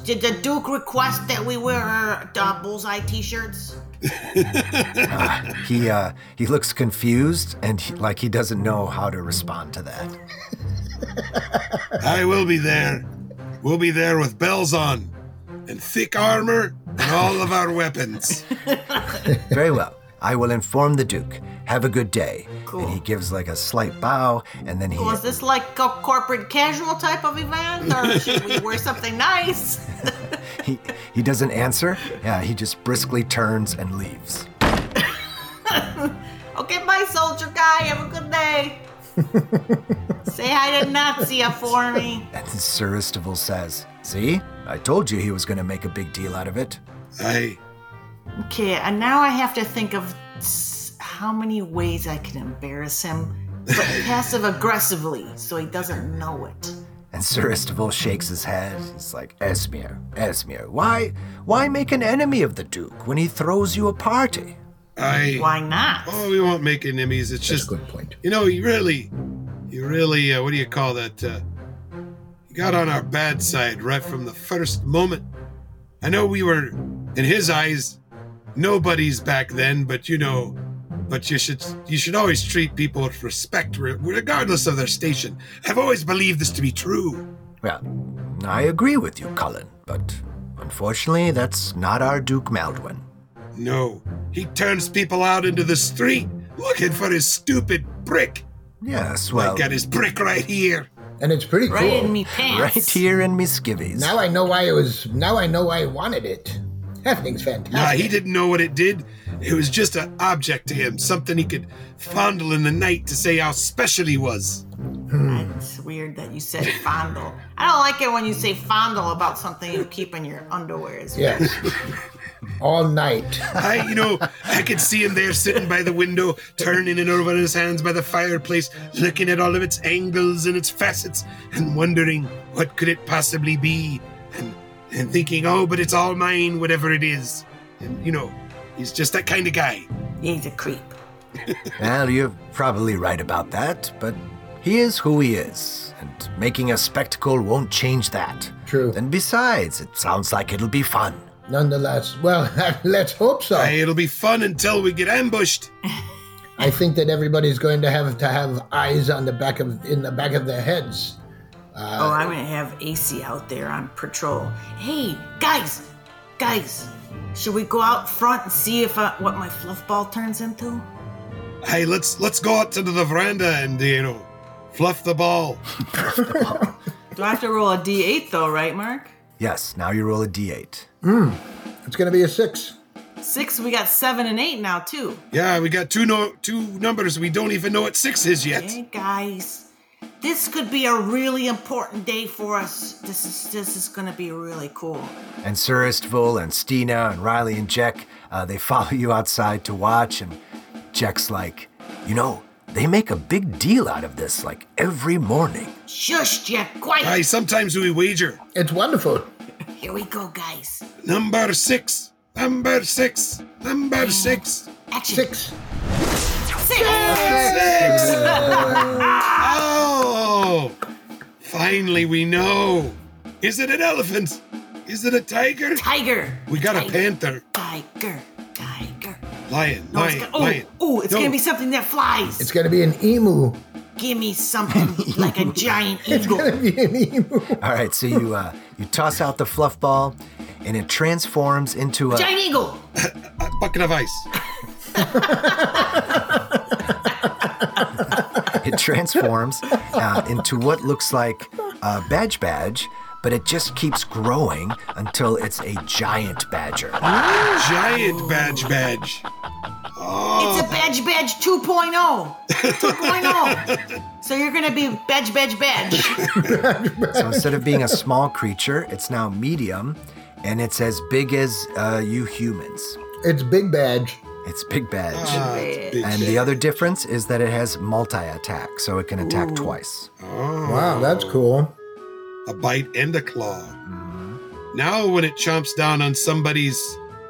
Speaker 3: Did the Duke request that we wear uh, bullseye T-shirts?
Speaker 1: He uh, he looks confused and he, like he doesn't know how to respond to that.
Speaker 4: I will be there. We'll be there with bells on and thick armor and all of our weapons.
Speaker 1: Very well. I will inform the Duke. Have a good day.
Speaker 3: Cool.
Speaker 1: And he gives like a slight bow, and then he.
Speaker 3: Was this like a corporate casual type of event, or should we wear something nice?
Speaker 1: he he doesn't answer. Yeah, he just briskly turns and leaves.
Speaker 3: Okay, bye, soldier guy. Have a good day. Say hi to Nazia for me.
Speaker 1: And Sir Istival says, "See, I told you he was going to make a big deal out of it."
Speaker 4: I
Speaker 3: Okay, and now I have to think of s- how many ways I can embarrass him, but passive aggressively, so he doesn't know it.
Speaker 1: And Sir Istival shakes his head. He's like, "Esmir, Esmir, why why make an enemy of the Duke when he throws you a party?"
Speaker 4: I
Speaker 3: Why not?
Speaker 4: Oh, we won't make enemies. It's
Speaker 2: That's a
Speaker 4: just
Speaker 2: good point.
Speaker 4: you know, you really you really uh, what do you call that uh, you got on our bad side right from the first moment. I know we were in his eyes nobodies back then, but you know, but you should you should always treat people with respect re- regardless of their station. I've always believed this to be true.
Speaker 1: Well, I agree with you, Cullen, but unfortunately, that's not our Duke Maldwin.
Speaker 4: No, he turns people out into the street looking for his stupid brick.
Speaker 1: Yes, well,
Speaker 4: Got his brick right here.
Speaker 2: And it's pretty
Speaker 3: Right
Speaker 2: cool.
Speaker 3: in me pants.
Speaker 1: right here in Miskivies.
Speaker 2: Now I know why it was. Now I know why I wanted it. That thing's
Speaker 4: Nah,
Speaker 2: fantastic.
Speaker 4: he didn't know what it did. It was just an object to him, something he could fondle in the night to say how special he was.
Speaker 3: It's weird that you said fondle. I don't like it when you say fondle about something you keep in your underwear. It's weird.
Speaker 2: Yes. All night.
Speaker 4: I, you know, I could see him there sitting by the window, turning it over in his hands by the fireplace, looking at all of its angles and its facets, and wondering what could it possibly be, and and thinking, oh, but it's all mine, whatever it is. And you know, he's just that kind of guy.
Speaker 3: He's a creep.
Speaker 1: Well, you're probably right about that, but he is who he is, and making a spectacle won't change that.
Speaker 2: True.
Speaker 1: And besides, it sounds like it'll be fun.
Speaker 2: Nonetheless, well, let's hope so.
Speaker 4: Aye, it'll be fun until we get ambushed.
Speaker 2: I think that everybody's going to have to have eyes on the back of in the back of their heads.
Speaker 3: oh, I'm gonna have AC out there on patrol. Hey, guys, guys, should we go out front and see if uh, what my fluff ball turns into?
Speaker 4: Hey, let's let's go out to the veranda and you know, fluff the ball.
Speaker 3: Do I have to roll a D8 though, right, Mark?
Speaker 1: Yes, now you roll a d8.
Speaker 2: It's going to be a six.
Speaker 3: Six. We got seven and eight now too.
Speaker 4: Yeah, we got two no two numbers. We don't even know what six is yet.
Speaker 3: Hey guys, this could be a really important day for us. This is this is gonna be really cool.
Speaker 1: And Sir Istvul and Stina and Riley and Jack, uh, they follow you outside to watch, and Jack's like, you know, they make a big deal out of this, like every morning.
Speaker 3: Shush, Jack. Quiet.
Speaker 4: Aye, sometimes we wager
Speaker 2: It's wonderful.
Speaker 3: Here we go, guys.
Speaker 4: number six, number six, number six,
Speaker 3: Action.
Speaker 2: Six.
Speaker 3: Six.
Speaker 4: six. oh, finally we know. Is it an elephant? Is it a tiger?
Speaker 3: Tiger.
Speaker 4: We got a
Speaker 3: Tiger.
Speaker 4: panther,
Speaker 3: Tiger. Tiger.
Speaker 4: lion,
Speaker 3: No,
Speaker 4: lion,
Speaker 3: it's gonna,
Speaker 4: lion.
Speaker 3: ooh, ooh, it's
Speaker 4: No.
Speaker 3: gonna be something that flies.
Speaker 2: It's going to be an emu.
Speaker 3: Give me something like a giant
Speaker 2: It's
Speaker 3: eagle.
Speaker 2: going to be an emu.
Speaker 1: All right, so you uh, you toss out the fluff ball, and it transforms into a.
Speaker 3: Giant eagle.
Speaker 4: a bucket of ice.
Speaker 1: transforms uh, into what looks like a badge badge, but it just keeps growing until it's a giant badger.
Speaker 4: Giant badge badge.
Speaker 3: It's a badge badge oh. 2.0. 2.0. oh. so you're gonna be badge badge badge.
Speaker 1: So instead of being a small creature, it's now medium, and it's as big as uh, you humans.
Speaker 2: It's Big Badge.
Speaker 1: It's Big Badge.
Speaker 4: Ah, it's big
Speaker 1: and
Speaker 4: shit.
Speaker 1: the other difference is that it has multi attack, so it can attack twice.
Speaker 4: Oh.
Speaker 2: Wow, that's cool.
Speaker 4: a bite and a claw.
Speaker 3: Mm-hmm.
Speaker 4: Now, when it chomps down on somebody's,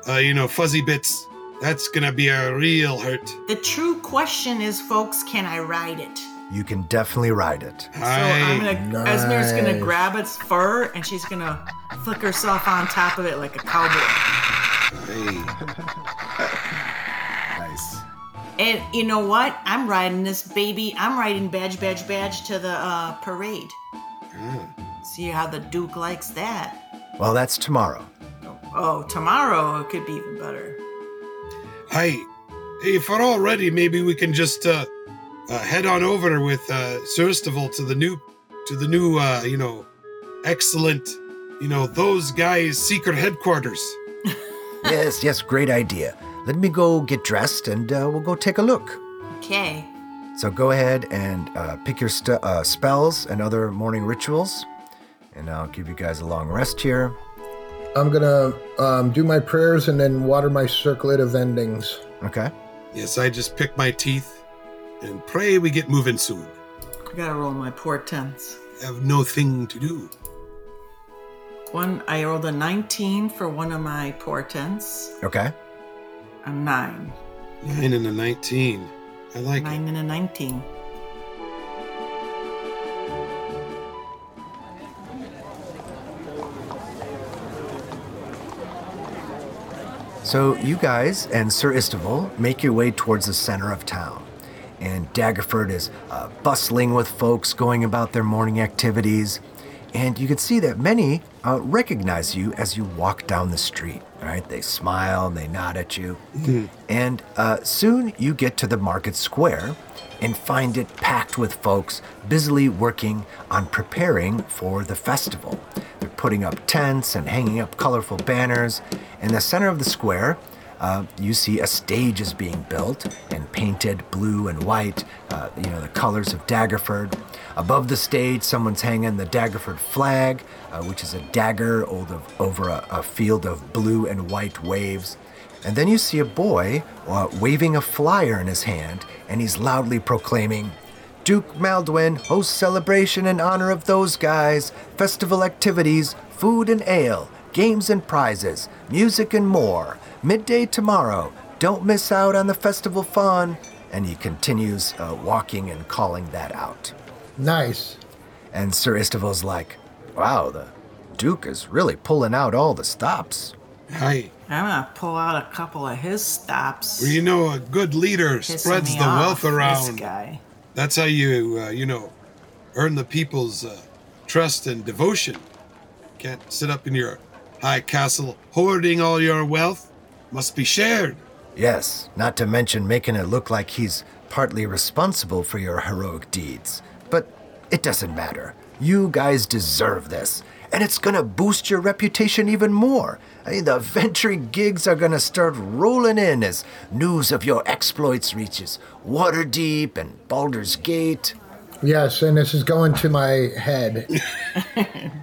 Speaker 4: uh, you know, fuzzy bits, that's gonna be a real hurt.
Speaker 3: The true question is, folks, can I ride it? So
Speaker 1: You can definitely ride it.
Speaker 3: I'm
Speaker 4: I,
Speaker 3: gonna Esmer's gonna
Speaker 2: Nice.
Speaker 3: grab its fur and she's gonna flick herself on top of it like a cowboy.
Speaker 4: I-
Speaker 1: Nice.
Speaker 3: And you know what? I'm riding this baby. I'm riding badge badge badge to the uh, parade.
Speaker 4: Mm.
Speaker 3: See how the Duke likes that.
Speaker 1: Well, that's tomorrow.
Speaker 3: Oh, tomorrow it could be even better.
Speaker 4: I, if we're all ready, maybe we can just uh, uh, head on over with uh, Surstival to the new, to the new, uh, you know, excellent, you know, those guys' secret headquarters.
Speaker 1: yes, yes, great idea. Let me go get dressed and uh, we'll go take a look.
Speaker 3: Okay.
Speaker 1: So go ahead and uh, pick your st- uh, spells and other morning rituals. And I'll give you guys a long rest here.
Speaker 2: I'm gonna um, do my prayers and then water my circlet of endings.
Speaker 1: Okay.
Speaker 4: Yes, I just pick my teeth and pray we get moving soon.
Speaker 3: I gotta roll my portents.
Speaker 4: Have no thing to do.
Speaker 3: One, I rolled a 19 for one of my portents.
Speaker 1: Okay.
Speaker 3: A 9.
Speaker 4: Nine and a nineteen. I like it.
Speaker 3: 9 and a 19.
Speaker 1: So you guys and Sir Istival make your way towards the center of town. And Daggerford is uh, bustling with folks going about their morning activities. And you can see that many uh, recognize you as you walk down the street. All right, they smile and they nod at you. And uh, soon you get to the market square and find it packed with folks busily working on preparing for the festival. They're putting up tents and hanging up colorful banners. In the center of the square, uh, you see a stage is being built and painted blue and white, uh, you know, the colors of Daggerford. Above the stage, someone's hanging the Daggerford flag, uh, which is a dagger over, over a, a field of blue and white waves. And then you see a boy uh, waving a flyer in his hand, and he's loudly proclaiming, Duke Maldwin hosts celebration in honor of those guys, festival activities, food and ale, games and prizes, music and more. Midday tomorrow. Don't miss out on the festival fun. And he continues uh, walking and calling that out.
Speaker 2: Nice.
Speaker 1: And Sir Istival's like, Wow, the Duke is really pulling out all the stops.
Speaker 4: Hi.
Speaker 3: I'm gonna pull out a couple of his stops.
Speaker 4: Well, you know, a good leader
Speaker 3: Pissing
Speaker 4: spreads
Speaker 3: me
Speaker 4: the
Speaker 3: off,
Speaker 4: wealth
Speaker 3: This
Speaker 4: around.
Speaker 3: guy.
Speaker 4: That's how you, uh, you know, earn the people's uh, trust and devotion. Can't sit up in your high castle hoarding all your wealth. Must be shared.
Speaker 1: Yes, not to mention making it look like he's partly responsible for your heroic deeds. But it doesn't matter. You guys deserve this. And it's gonna boost your reputation even more. I mean, the venturing gigs are gonna start rolling in as news of your exploits reaches Waterdeep and Baldur's Gate.
Speaker 2: Yes, and this is going to my head.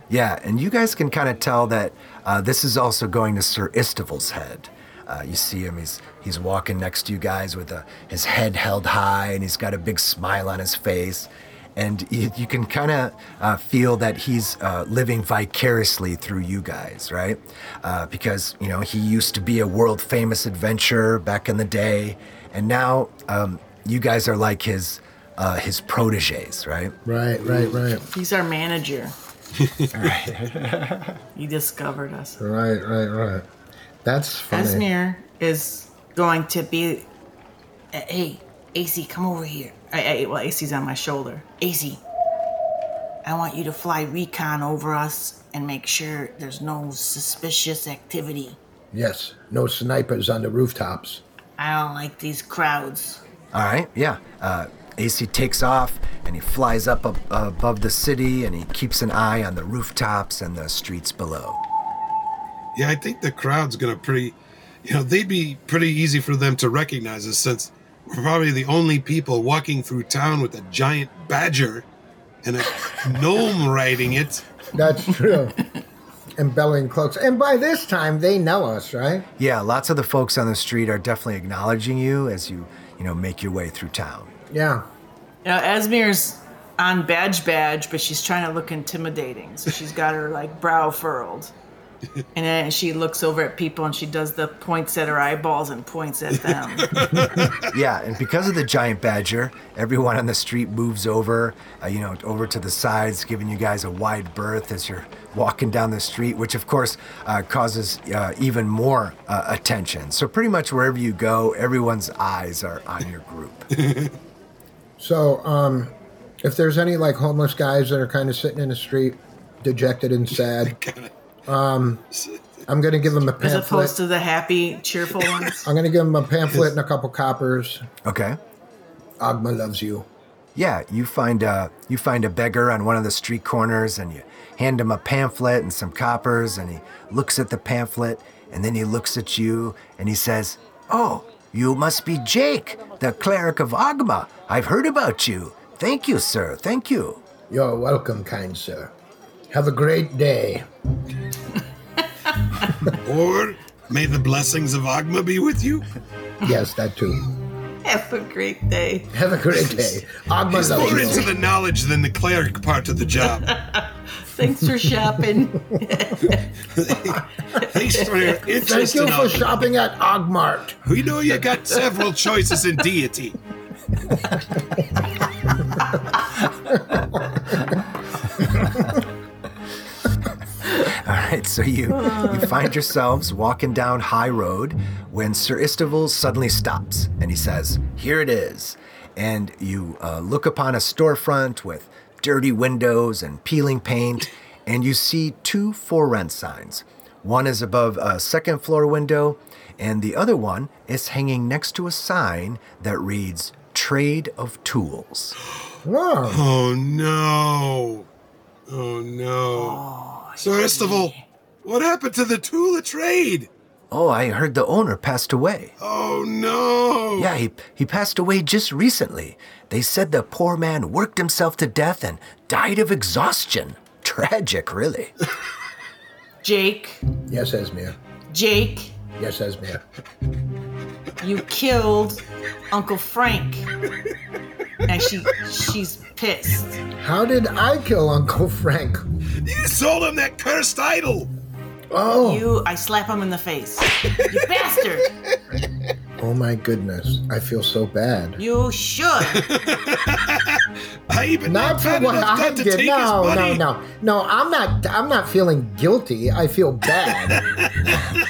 Speaker 1: Yeah, and you guys can kind of tell that uh, this is also going to Sir Istival's head. Uh, you see him; he's he's walking next to you guys with a, his head held high, and he's got a big smile on his face, and you, you can kind of uh, feel that he's uh, living vicariously through you guys, right? Uh, because you know he used to be a world famous adventurer back in the day, and now um, you guys are like his uh, his proteges, right?
Speaker 2: right, right, right,
Speaker 3: He's our manager. he discovered us.
Speaker 2: right, right, right. That's funny.
Speaker 3: Esmir is going to be. Uh, hey, AC, come over here. I, I, well, AC's on my shoulder. AC, I want you to fly recon over us and make sure there's no suspicious activity.
Speaker 2: Yes, no snipers on the rooftops.
Speaker 3: I don't like these crowds.
Speaker 1: All right, yeah. Uh, AC takes off and he flies up ab- above the city and he keeps an eye on the rooftops and the streets below.
Speaker 4: Yeah, I think the crowd's gonna pretty, you know, they'd be pretty easy for them to recognize us since we're probably the only people walking through town with a giant badger and a gnome riding it.
Speaker 2: That's true. and bellowing cloaks. And by this time, they know us, right?
Speaker 1: Yeah, lots of the folks on the street are definitely acknowledging you as you, you know, make your way through town.
Speaker 2: Yeah.
Speaker 3: Now, Esmir's on badge badge, but she's trying to look intimidating. So she's got her like brow furled. And then she looks over at people and she does the points at her eyeballs and points at them.
Speaker 1: Yeah, and because of the giant badger, everyone on the street moves over, uh, you know, over to the sides, giving you guys a wide berth as you're walking down the street, which of course uh, causes uh, even more uh, attention. So pretty much wherever you go, everyone's eyes are on your group.
Speaker 2: So, um, if there's any like homeless guys that are kind of sitting in the street, dejected and sad, um, I'm gonna give them a
Speaker 3: As opposed
Speaker 2: pamphlet.
Speaker 3: to the happy, cheerful ones.
Speaker 2: I'm gonna give them a pamphlet and a couple coppers.
Speaker 1: Okay.
Speaker 2: Agma loves you.
Speaker 1: Yeah, you find a you find a beggar on one of the street corners, and you hand him a pamphlet and some coppers, and he looks at the pamphlet, and then he looks at you, and he says, "Oh, you must be Jake, the cleric of Agma. I've heard about you. Thank you, sir. Thank you."
Speaker 2: You're welcome, kind sir. Have a great day.
Speaker 4: Or may the blessings of Agma be with you.
Speaker 2: Yes, that too.
Speaker 3: Have a great day.
Speaker 2: Have a great day. Agma
Speaker 4: More
Speaker 2: loves
Speaker 4: into
Speaker 2: you.
Speaker 4: the knowledge than the cleric part of the job.
Speaker 3: Thanks for shopping.
Speaker 4: Thanks for your interest
Speaker 2: Thank you
Speaker 4: in
Speaker 2: for
Speaker 4: Agma.
Speaker 2: shopping at Ogmart.
Speaker 4: We know you got several choices in deity.
Speaker 1: All right, so you you find yourselves walking down High Road when Sir Istival suddenly stops and he says, "Here it is." And you uh, look upon a storefront with dirty windows and peeling paint, and you see two for rent signs. One is above a second floor window, and the other one is hanging next to a sign that reads "Trade of Tools."
Speaker 2: Wow.
Speaker 4: Oh no. Oh
Speaker 2: Oh,
Speaker 4: no. Sir Estival, what happened to the Tula trade?
Speaker 1: Oh, I heard the owner passed away.
Speaker 4: Oh no.
Speaker 1: Yeah, he, he passed away just recently. They said the poor man worked himself to death and died of exhaustion. Tragic, really.
Speaker 3: Jake,
Speaker 2: Yes, Esmir.
Speaker 3: Jake,
Speaker 2: Yes, Esmir.
Speaker 3: you killed Uncle Frank. And she she's pissed.
Speaker 2: How did I kill Uncle Frank?
Speaker 4: You sold him that cursed idol.
Speaker 2: Oh,
Speaker 3: You I slap him in the face. You bastard!
Speaker 2: oh my goodness. I feel so bad.
Speaker 3: You should.
Speaker 4: I even
Speaker 2: Not for
Speaker 4: had
Speaker 2: what
Speaker 4: enough
Speaker 2: I
Speaker 4: time to
Speaker 2: did.
Speaker 4: take
Speaker 2: No,
Speaker 4: his
Speaker 2: no,
Speaker 4: money.
Speaker 2: no, no. I'm not. I'm not feeling guilty. I feel bad.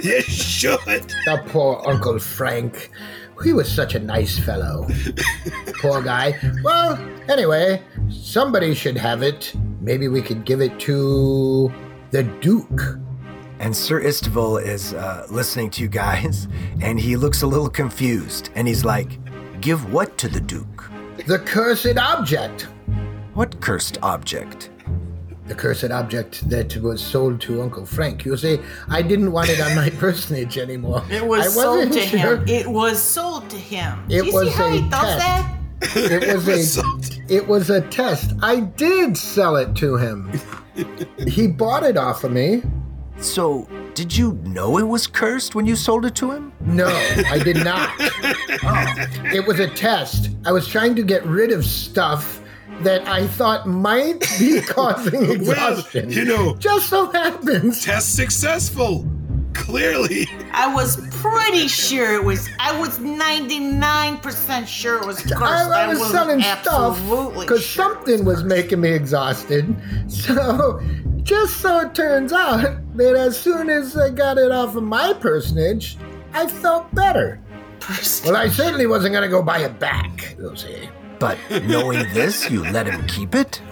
Speaker 4: You should.
Speaker 2: the poor Uncle Frank. He was such a nice fellow. poor guy. Well, anyway, somebody should have it. Maybe we could give it to the Duke.
Speaker 1: And Sir Istival is uh, listening to you guys, and he looks a little confused, and he's like, Give what to the Duke?
Speaker 2: The cursed object.
Speaker 1: What cursed object?
Speaker 2: the cursed object that was sold to Uncle Frank. You see, I didn't want it on my personage anymore.
Speaker 3: It was
Speaker 2: I
Speaker 3: sold
Speaker 2: wasn't
Speaker 3: to
Speaker 2: sure.
Speaker 3: him. It was sold to him.
Speaker 2: It
Speaker 3: Do you see
Speaker 2: was
Speaker 3: how he
Speaker 2: a
Speaker 3: does
Speaker 2: test.
Speaker 3: that?
Speaker 2: It was a
Speaker 4: Sold-
Speaker 2: it was a test. I did sell it to him. he bought it off of me.
Speaker 1: So, did you know it was cursed when you sold it to him?
Speaker 2: No, I did not. Oh, It was a test. I was trying to get rid of stuff that I thought might be causing exhaustion.
Speaker 4: you know-
Speaker 2: just so happens.
Speaker 4: Test successful. Clearly.
Speaker 3: I was pretty sure it was. I was ninety nine percent sure it was cursed.
Speaker 2: I, I was selling stuff
Speaker 3: absolutely
Speaker 2: because
Speaker 3: sure.
Speaker 2: something was making me exhausted. So, just so it turns out that as soon as I got it off of my personage, I felt better. Well, I certainly wasn't going to go buy it back, you see.
Speaker 1: But knowing this, you let him keep it?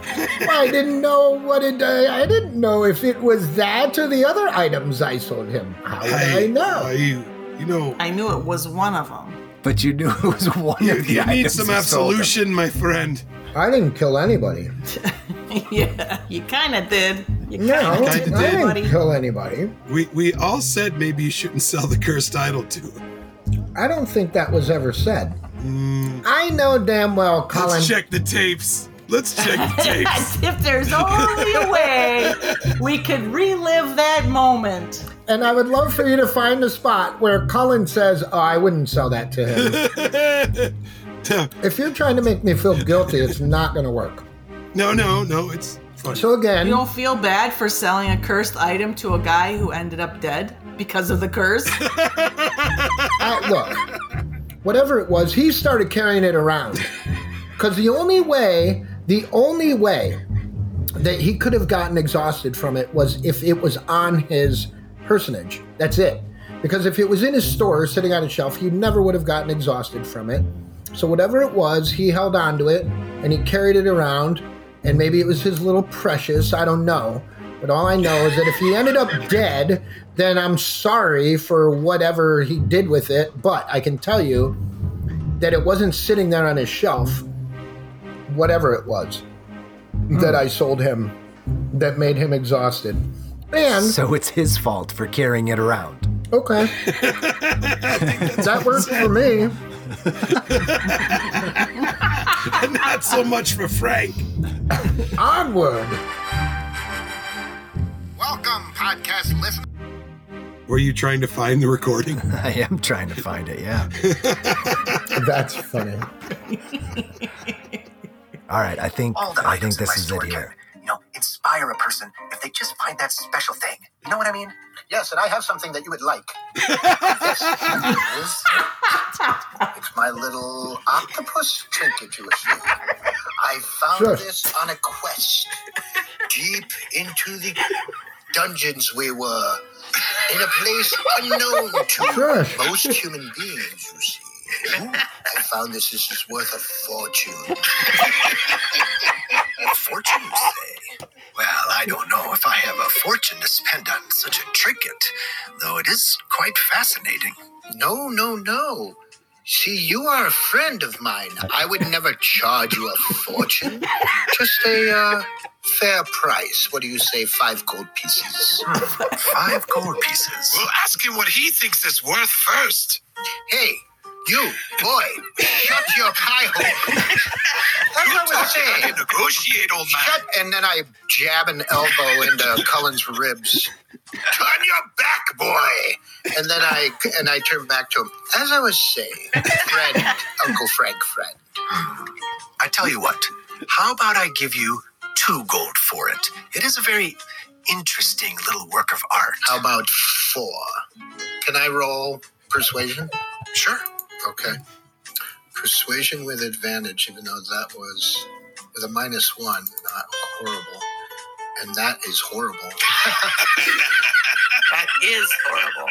Speaker 2: I didn't know what it. I I didn't know if it was that or the other items I sold him. How would I know?
Speaker 4: I, you know,
Speaker 3: I knew it was one of them.
Speaker 1: but you knew it was one
Speaker 4: You,
Speaker 1: of the
Speaker 4: you
Speaker 1: items.
Speaker 4: need some
Speaker 1: you
Speaker 2: uh,
Speaker 1: sold them.
Speaker 4: absolution, my friend.
Speaker 2: I didn't kill anybody.
Speaker 3: yeah, you kind of did. You
Speaker 2: No,
Speaker 3: kinda
Speaker 2: I
Speaker 4: did,
Speaker 2: didn't
Speaker 3: buddy.
Speaker 2: kill anybody.
Speaker 4: We we all said maybe you shouldn't sell the cursed idol to him.
Speaker 2: I don't think that was ever said. I know damn well, Colin.
Speaker 4: Mm. Let's check the tapes. Let's check the tapes.
Speaker 3: if there's only a way we could relive that moment.
Speaker 2: And I would love for you to find the spot where Colin says, Oh, I wouldn't sell that to him.
Speaker 4: no,
Speaker 2: if you're trying to make me feel guilty, it's not going to work.
Speaker 4: no, no, no. It's funny.
Speaker 2: So,
Speaker 3: You
Speaker 2: again,
Speaker 3: don't feel bad for selling a cursed item to a guy who ended up dead because of the curse?
Speaker 2: I, look, whatever it was, he started carrying it around. Because the only way, the only way that he could have gotten exhausted from it was if it was on his personage. That's it. Because if it was in his store sitting on a shelf, he never would have gotten exhausted from it. So whatever it was, he held on to it and he carried it around. And maybe it was his little precious, I don't know. But all I know is that if he ended up dead, then I'm sorry for whatever he did with it. But I can tell you that it wasn't sitting there on his shelf, whatever it was that I sold him that made him exhausted. And
Speaker 1: So it's his fault for carrying it around.
Speaker 2: okay, that worked for me.
Speaker 4: Not so much for Frank.
Speaker 2: Onward.
Speaker 5: Welcome, podcast listeners.
Speaker 4: Were you trying to find the recording?
Speaker 1: I am trying to find it, yeah.
Speaker 2: That's funny.
Speaker 1: All right, I think
Speaker 6: all the
Speaker 1: I
Speaker 6: items in
Speaker 1: think this
Speaker 6: my
Speaker 1: is
Speaker 6: store
Speaker 1: it here.
Speaker 6: can, you know, inspire a person if they just find that special thing. You know what I mean? Yes, and I have something that you would like. this is, it's my little octopus trinket you were seeing. I found
Speaker 2: Sure.
Speaker 6: this on a quest deep into the dungeons we were in a place unknown to
Speaker 2: Sure.
Speaker 6: most human beings, you see. I found this. This is worth a fortune.
Speaker 7: A fortune, you say? Well, I don't know if I have a fortune to spend on such a trinket, though it is quite fascinating.
Speaker 6: No, Oh, no, no. See, you are a friend of mine. I would never charge you a fortune. Just a uh, fair price. What do you say? Five gold pieces.
Speaker 7: Five gold pieces.
Speaker 8: ask him what he thinks it's worth first.
Speaker 6: Hey, you, boy, shut your pie hole. That's what I was saying.
Speaker 8: Negotiate, old
Speaker 6: Shut, and then I jab an elbow into Cullen's ribs. Turn your back, boy. And then I and I turn back to him. As I was saying, friend, Uncle Frank, friend.
Speaker 7: I tell you what, how about I give you two gold for it? It is a very interesting little work of art.
Speaker 6: How about four? Can I roll persuasion?
Speaker 7: sure.
Speaker 6: Okay. Persuasion with advantage, even though that was with a minus one, not horrible. And that is horrible.
Speaker 9: That is horrible.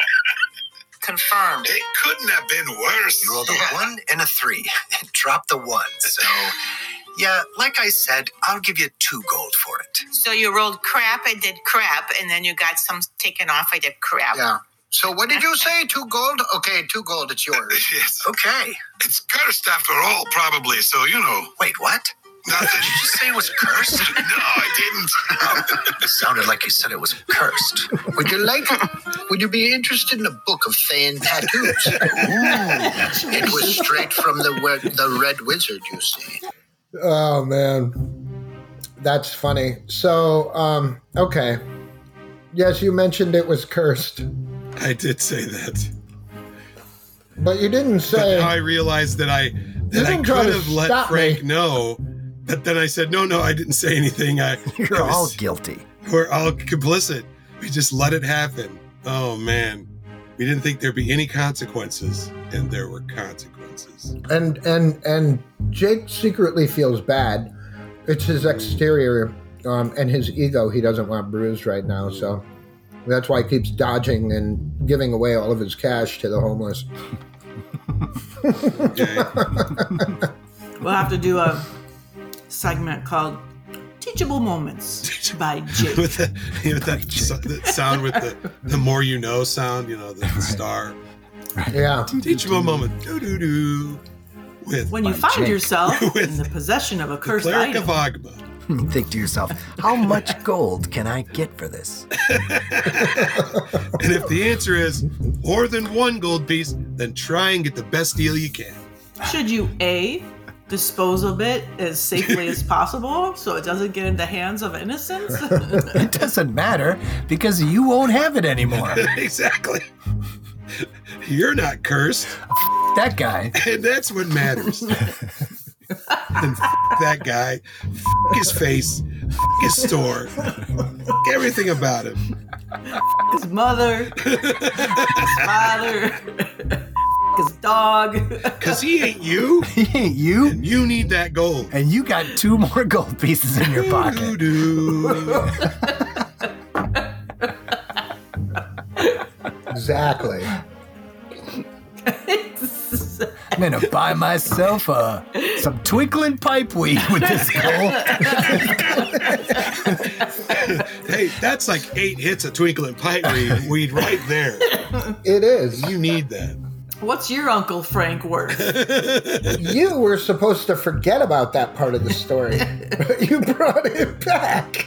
Speaker 9: Confirmed.
Speaker 8: It couldn't have been worse.
Speaker 7: You rolled a one and a three and dropped the one. So, yeah, like I said, I'll give you two gold for it.
Speaker 9: So you rolled crap, I did crap, and then you got some taken off, I did crap.
Speaker 6: Yeah. So what did you say? Two gold? Okay, two gold. It's yours.
Speaker 8: Yes.
Speaker 7: Okay.
Speaker 8: It's cursed after all, probably, so you know,
Speaker 7: Wait, what?
Speaker 8: nothing.
Speaker 7: Did you say it was cursed?
Speaker 8: no, I didn't.
Speaker 7: It sounded like you said it was cursed.
Speaker 6: Would you like? Would you be interested in a book of fan tattoos? Ooh. It was straight from the wer- the Red Wizard. You see.
Speaker 2: Oh man, that's funny. So, um, okay. Yes, you mentioned it was cursed,
Speaker 4: I did say that.
Speaker 2: but you didn't
Speaker 4: But
Speaker 2: say.
Speaker 4: now I realized that I that I
Speaker 2: didn't try
Speaker 4: could
Speaker 2: to
Speaker 4: have let
Speaker 2: stop
Speaker 4: Frank
Speaker 2: me.
Speaker 4: know. But then I said, no, no, I didn't say anything. I it
Speaker 1: You're all
Speaker 4: was-
Speaker 1: guilty.
Speaker 4: we're all complicit. We just let it happen. Oh man. We didn't think there'd be any consequences, and there were consequences.
Speaker 2: and and and Jake secretly feels bad. It's his exterior um, and his ego he doesn't want bruised right now, so that's why he keeps dodging and giving away all of his cash to the homeless.
Speaker 4: Okay?
Speaker 3: We'll have to do a segment called Teachable Moments by Jake.
Speaker 4: with the, you know, that, so- that sound with the, the more you know sound, you know, the, the star.
Speaker 2: Yeah.
Speaker 4: Teachable moment. Doo doo doo. With
Speaker 3: When you find
Speaker 10: Jake.
Speaker 3: yourself in
Speaker 4: With
Speaker 3: the possession of a
Speaker 4: the
Speaker 3: cursed
Speaker 4: cleric
Speaker 3: item,
Speaker 4: of Agma.
Speaker 10: You think to yourself, how much gold can I get for this?
Speaker 4: And if the answer is more than one gold piece, then try and get the best deal you can.
Speaker 3: should you A, dispose of it as safely as possible so it doesn't get in the hands of innocents?
Speaker 10: It doesn't matter because you won't have it anymore.
Speaker 4: exactly. You're not cursed,
Speaker 10: that guy.
Speaker 4: and that's what matters. and f- that guy, f- his face, f- his store, f- everything about him.
Speaker 3: his mother, his father, his dog.
Speaker 4: Cause he ain't you,
Speaker 10: He ain't you,
Speaker 4: and you need that gold.
Speaker 10: and you got two more gold pieces in your pocket.
Speaker 4: Doo-doo.
Speaker 2: Exactly.
Speaker 10: I'm gonna buy myself uh, some twinkling pipe weed with this gold.
Speaker 4: Hey, that's like eight hits of twinkling pipe weed, weed right there.
Speaker 2: It is.
Speaker 4: You need that.
Speaker 3: What's your Uncle Frank worth?
Speaker 2: You were supposed to forget about that part of the story, but you brought it back.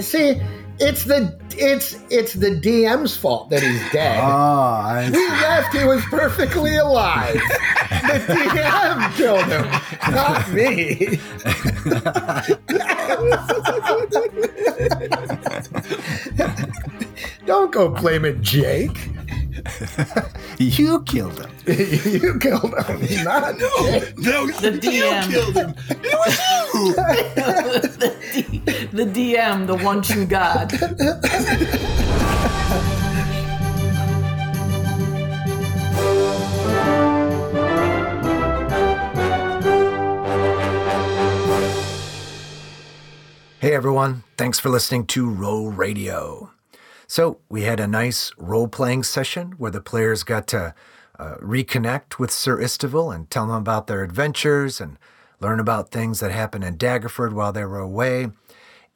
Speaker 2: See, it's the it's it's the DM's fault that he's dead.
Speaker 10: Oh, I
Speaker 2: He left. He was perfectly alive. The DM killed him, not me. Don't go blaming Jake.
Speaker 10: You killed him.
Speaker 2: you killed him, not Jake.
Speaker 4: No,
Speaker 3: The
Speaker 4: you
Speaker 3: DM.
Speaker 4: killed him. It was you.
Speaker 3: the DM, the one true God.
Speaker 10: Hey everyone, thanks for listening to Roll Radio. So, we had a nice role playing session where the players got to uh, reconnect with Sir Istival and tell him about their adventures and learn about things that happened in Daggerford while they were away.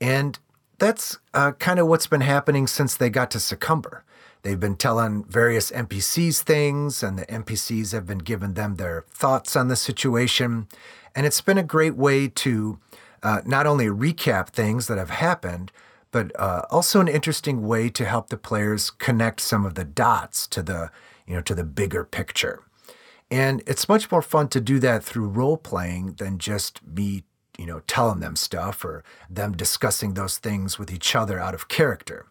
Speaker 10: And that's uh, kind of what's been happening since they got to Succumber. They've been telling various NPCs things, and the NPCs have been giving them their thoughts on the situation. And it's been a great way to uh, not only recap things that have happened, but uh, also an interesting way to help the players connect some of the dots to the, you know, to the bigger picture. And it's much more fun to do that through role playing than just me, you know, telling them stuff or them discussing those things with each other out of character.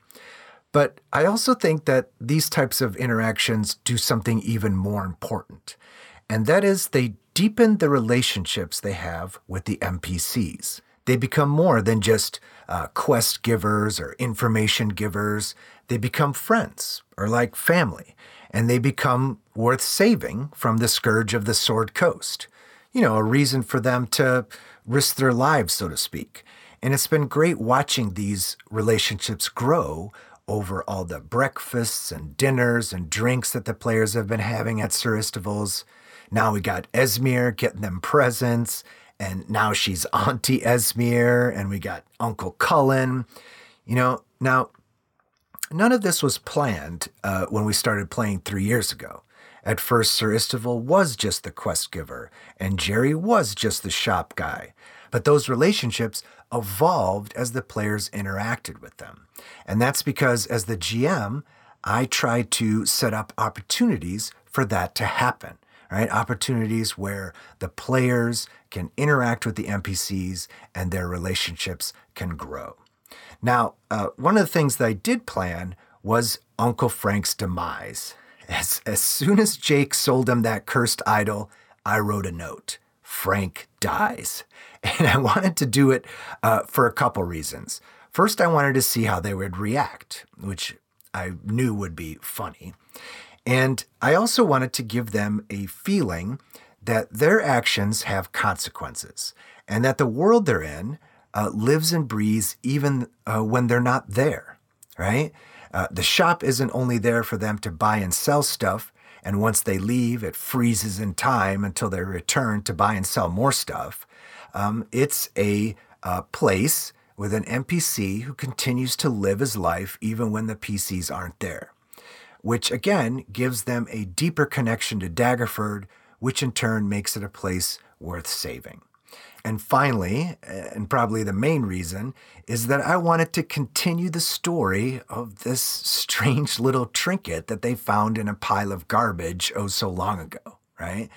Speaker 10: But I also think that these types of interactions do something even more important, and that is they deepen the relationships they have with the NPCs. They become more than just uh, quest givers or information givers, they become friends or like family, and they become worth saving from the scourge of the Sword Coast you know, a reason for them to risk their lives, so to speak. And it's been great watching these relationships grow over all the breakfasts and dinners and drinks that the players have been having at Sir Istival's. Now we got Esmir getting them presents, and now she's Auntie Esmir, and we got Uncle Cullen. You know, now None of this was planned uh, when we started playing three years ago. At first, Sir Istival was just the quest giver, and Jerry was just the shop guy. But those relationships evolved as the players interacted with them. And that's because, as the GM, I try to set up opportunities for that to happen, right? Opportunities where the players can interact with the NPCs and their relationships can grow. Now, uh, one of the things that I did plan was Uncle Frank's demise. As, as soon as Jake sold him that cursed idol, I wrote a note Frank dies. And I wanted to do it uh, for a couple reasons. First, I wanted to see how they would react, which I knew would be funny. And I also wanted to give them a feeling that their actions have consequences and that the world they're in uh, lives and breathes even uh, when they're not there, right? Uh, the shop isn't only there for them to buy and sell stuff. And once they leave, it freezes in time until they return to buy and sell more stuff. Um, it's a uh, place with an NPC who continues to live his life even when the PCs aren't there which again gives them a deeper connection to Daggerford, which in turn makes it a place worth saving. And finally, and probably the main reason, is that I wanted to continue the story of this strange little trinket that they found in a pile of garbage oh so long ago, right?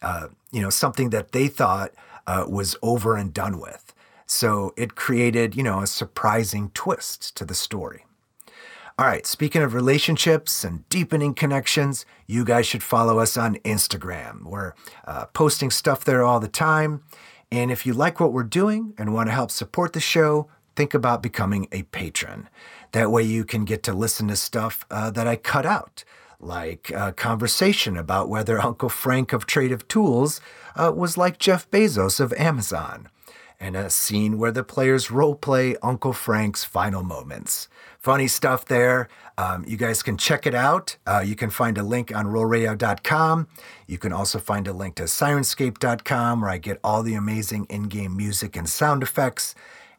Speaker 10: Uh, you know, something that they thought uh, was over and done with. So it created, you know, a surprising twist to the story. All right, speaking of relationships and deepening connections, you guys should follow us on Instagram. We're uh, posting stuff there all the time. And if you like what we're doing and want to help support the show, think about becoming a patron. That way you can get to listen to stuff uh, that I cut out, like a conversation about whether Uncle Frank of Trade of Tools uh, was like Jeff Bezos of Amazon, and a scene where the players roleplay Uncle Frank's final moments. Funny stuff there. Um, you guys can check it out. Uh, you can find a link on rollradio.com. You can also find a link to sirenscape.com where I get all the amazing in game music and sound effects.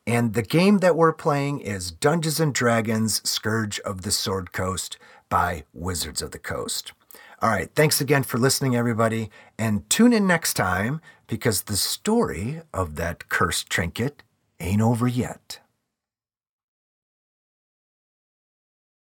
Speaker 10: And the game that we're playing is Dungeons and Dragons Scourge of the Sword Coast by Wizards of the Coast. All right, thanks again for listening, everybody. And tune in next time because the story of that cursed trinket ain't over yet.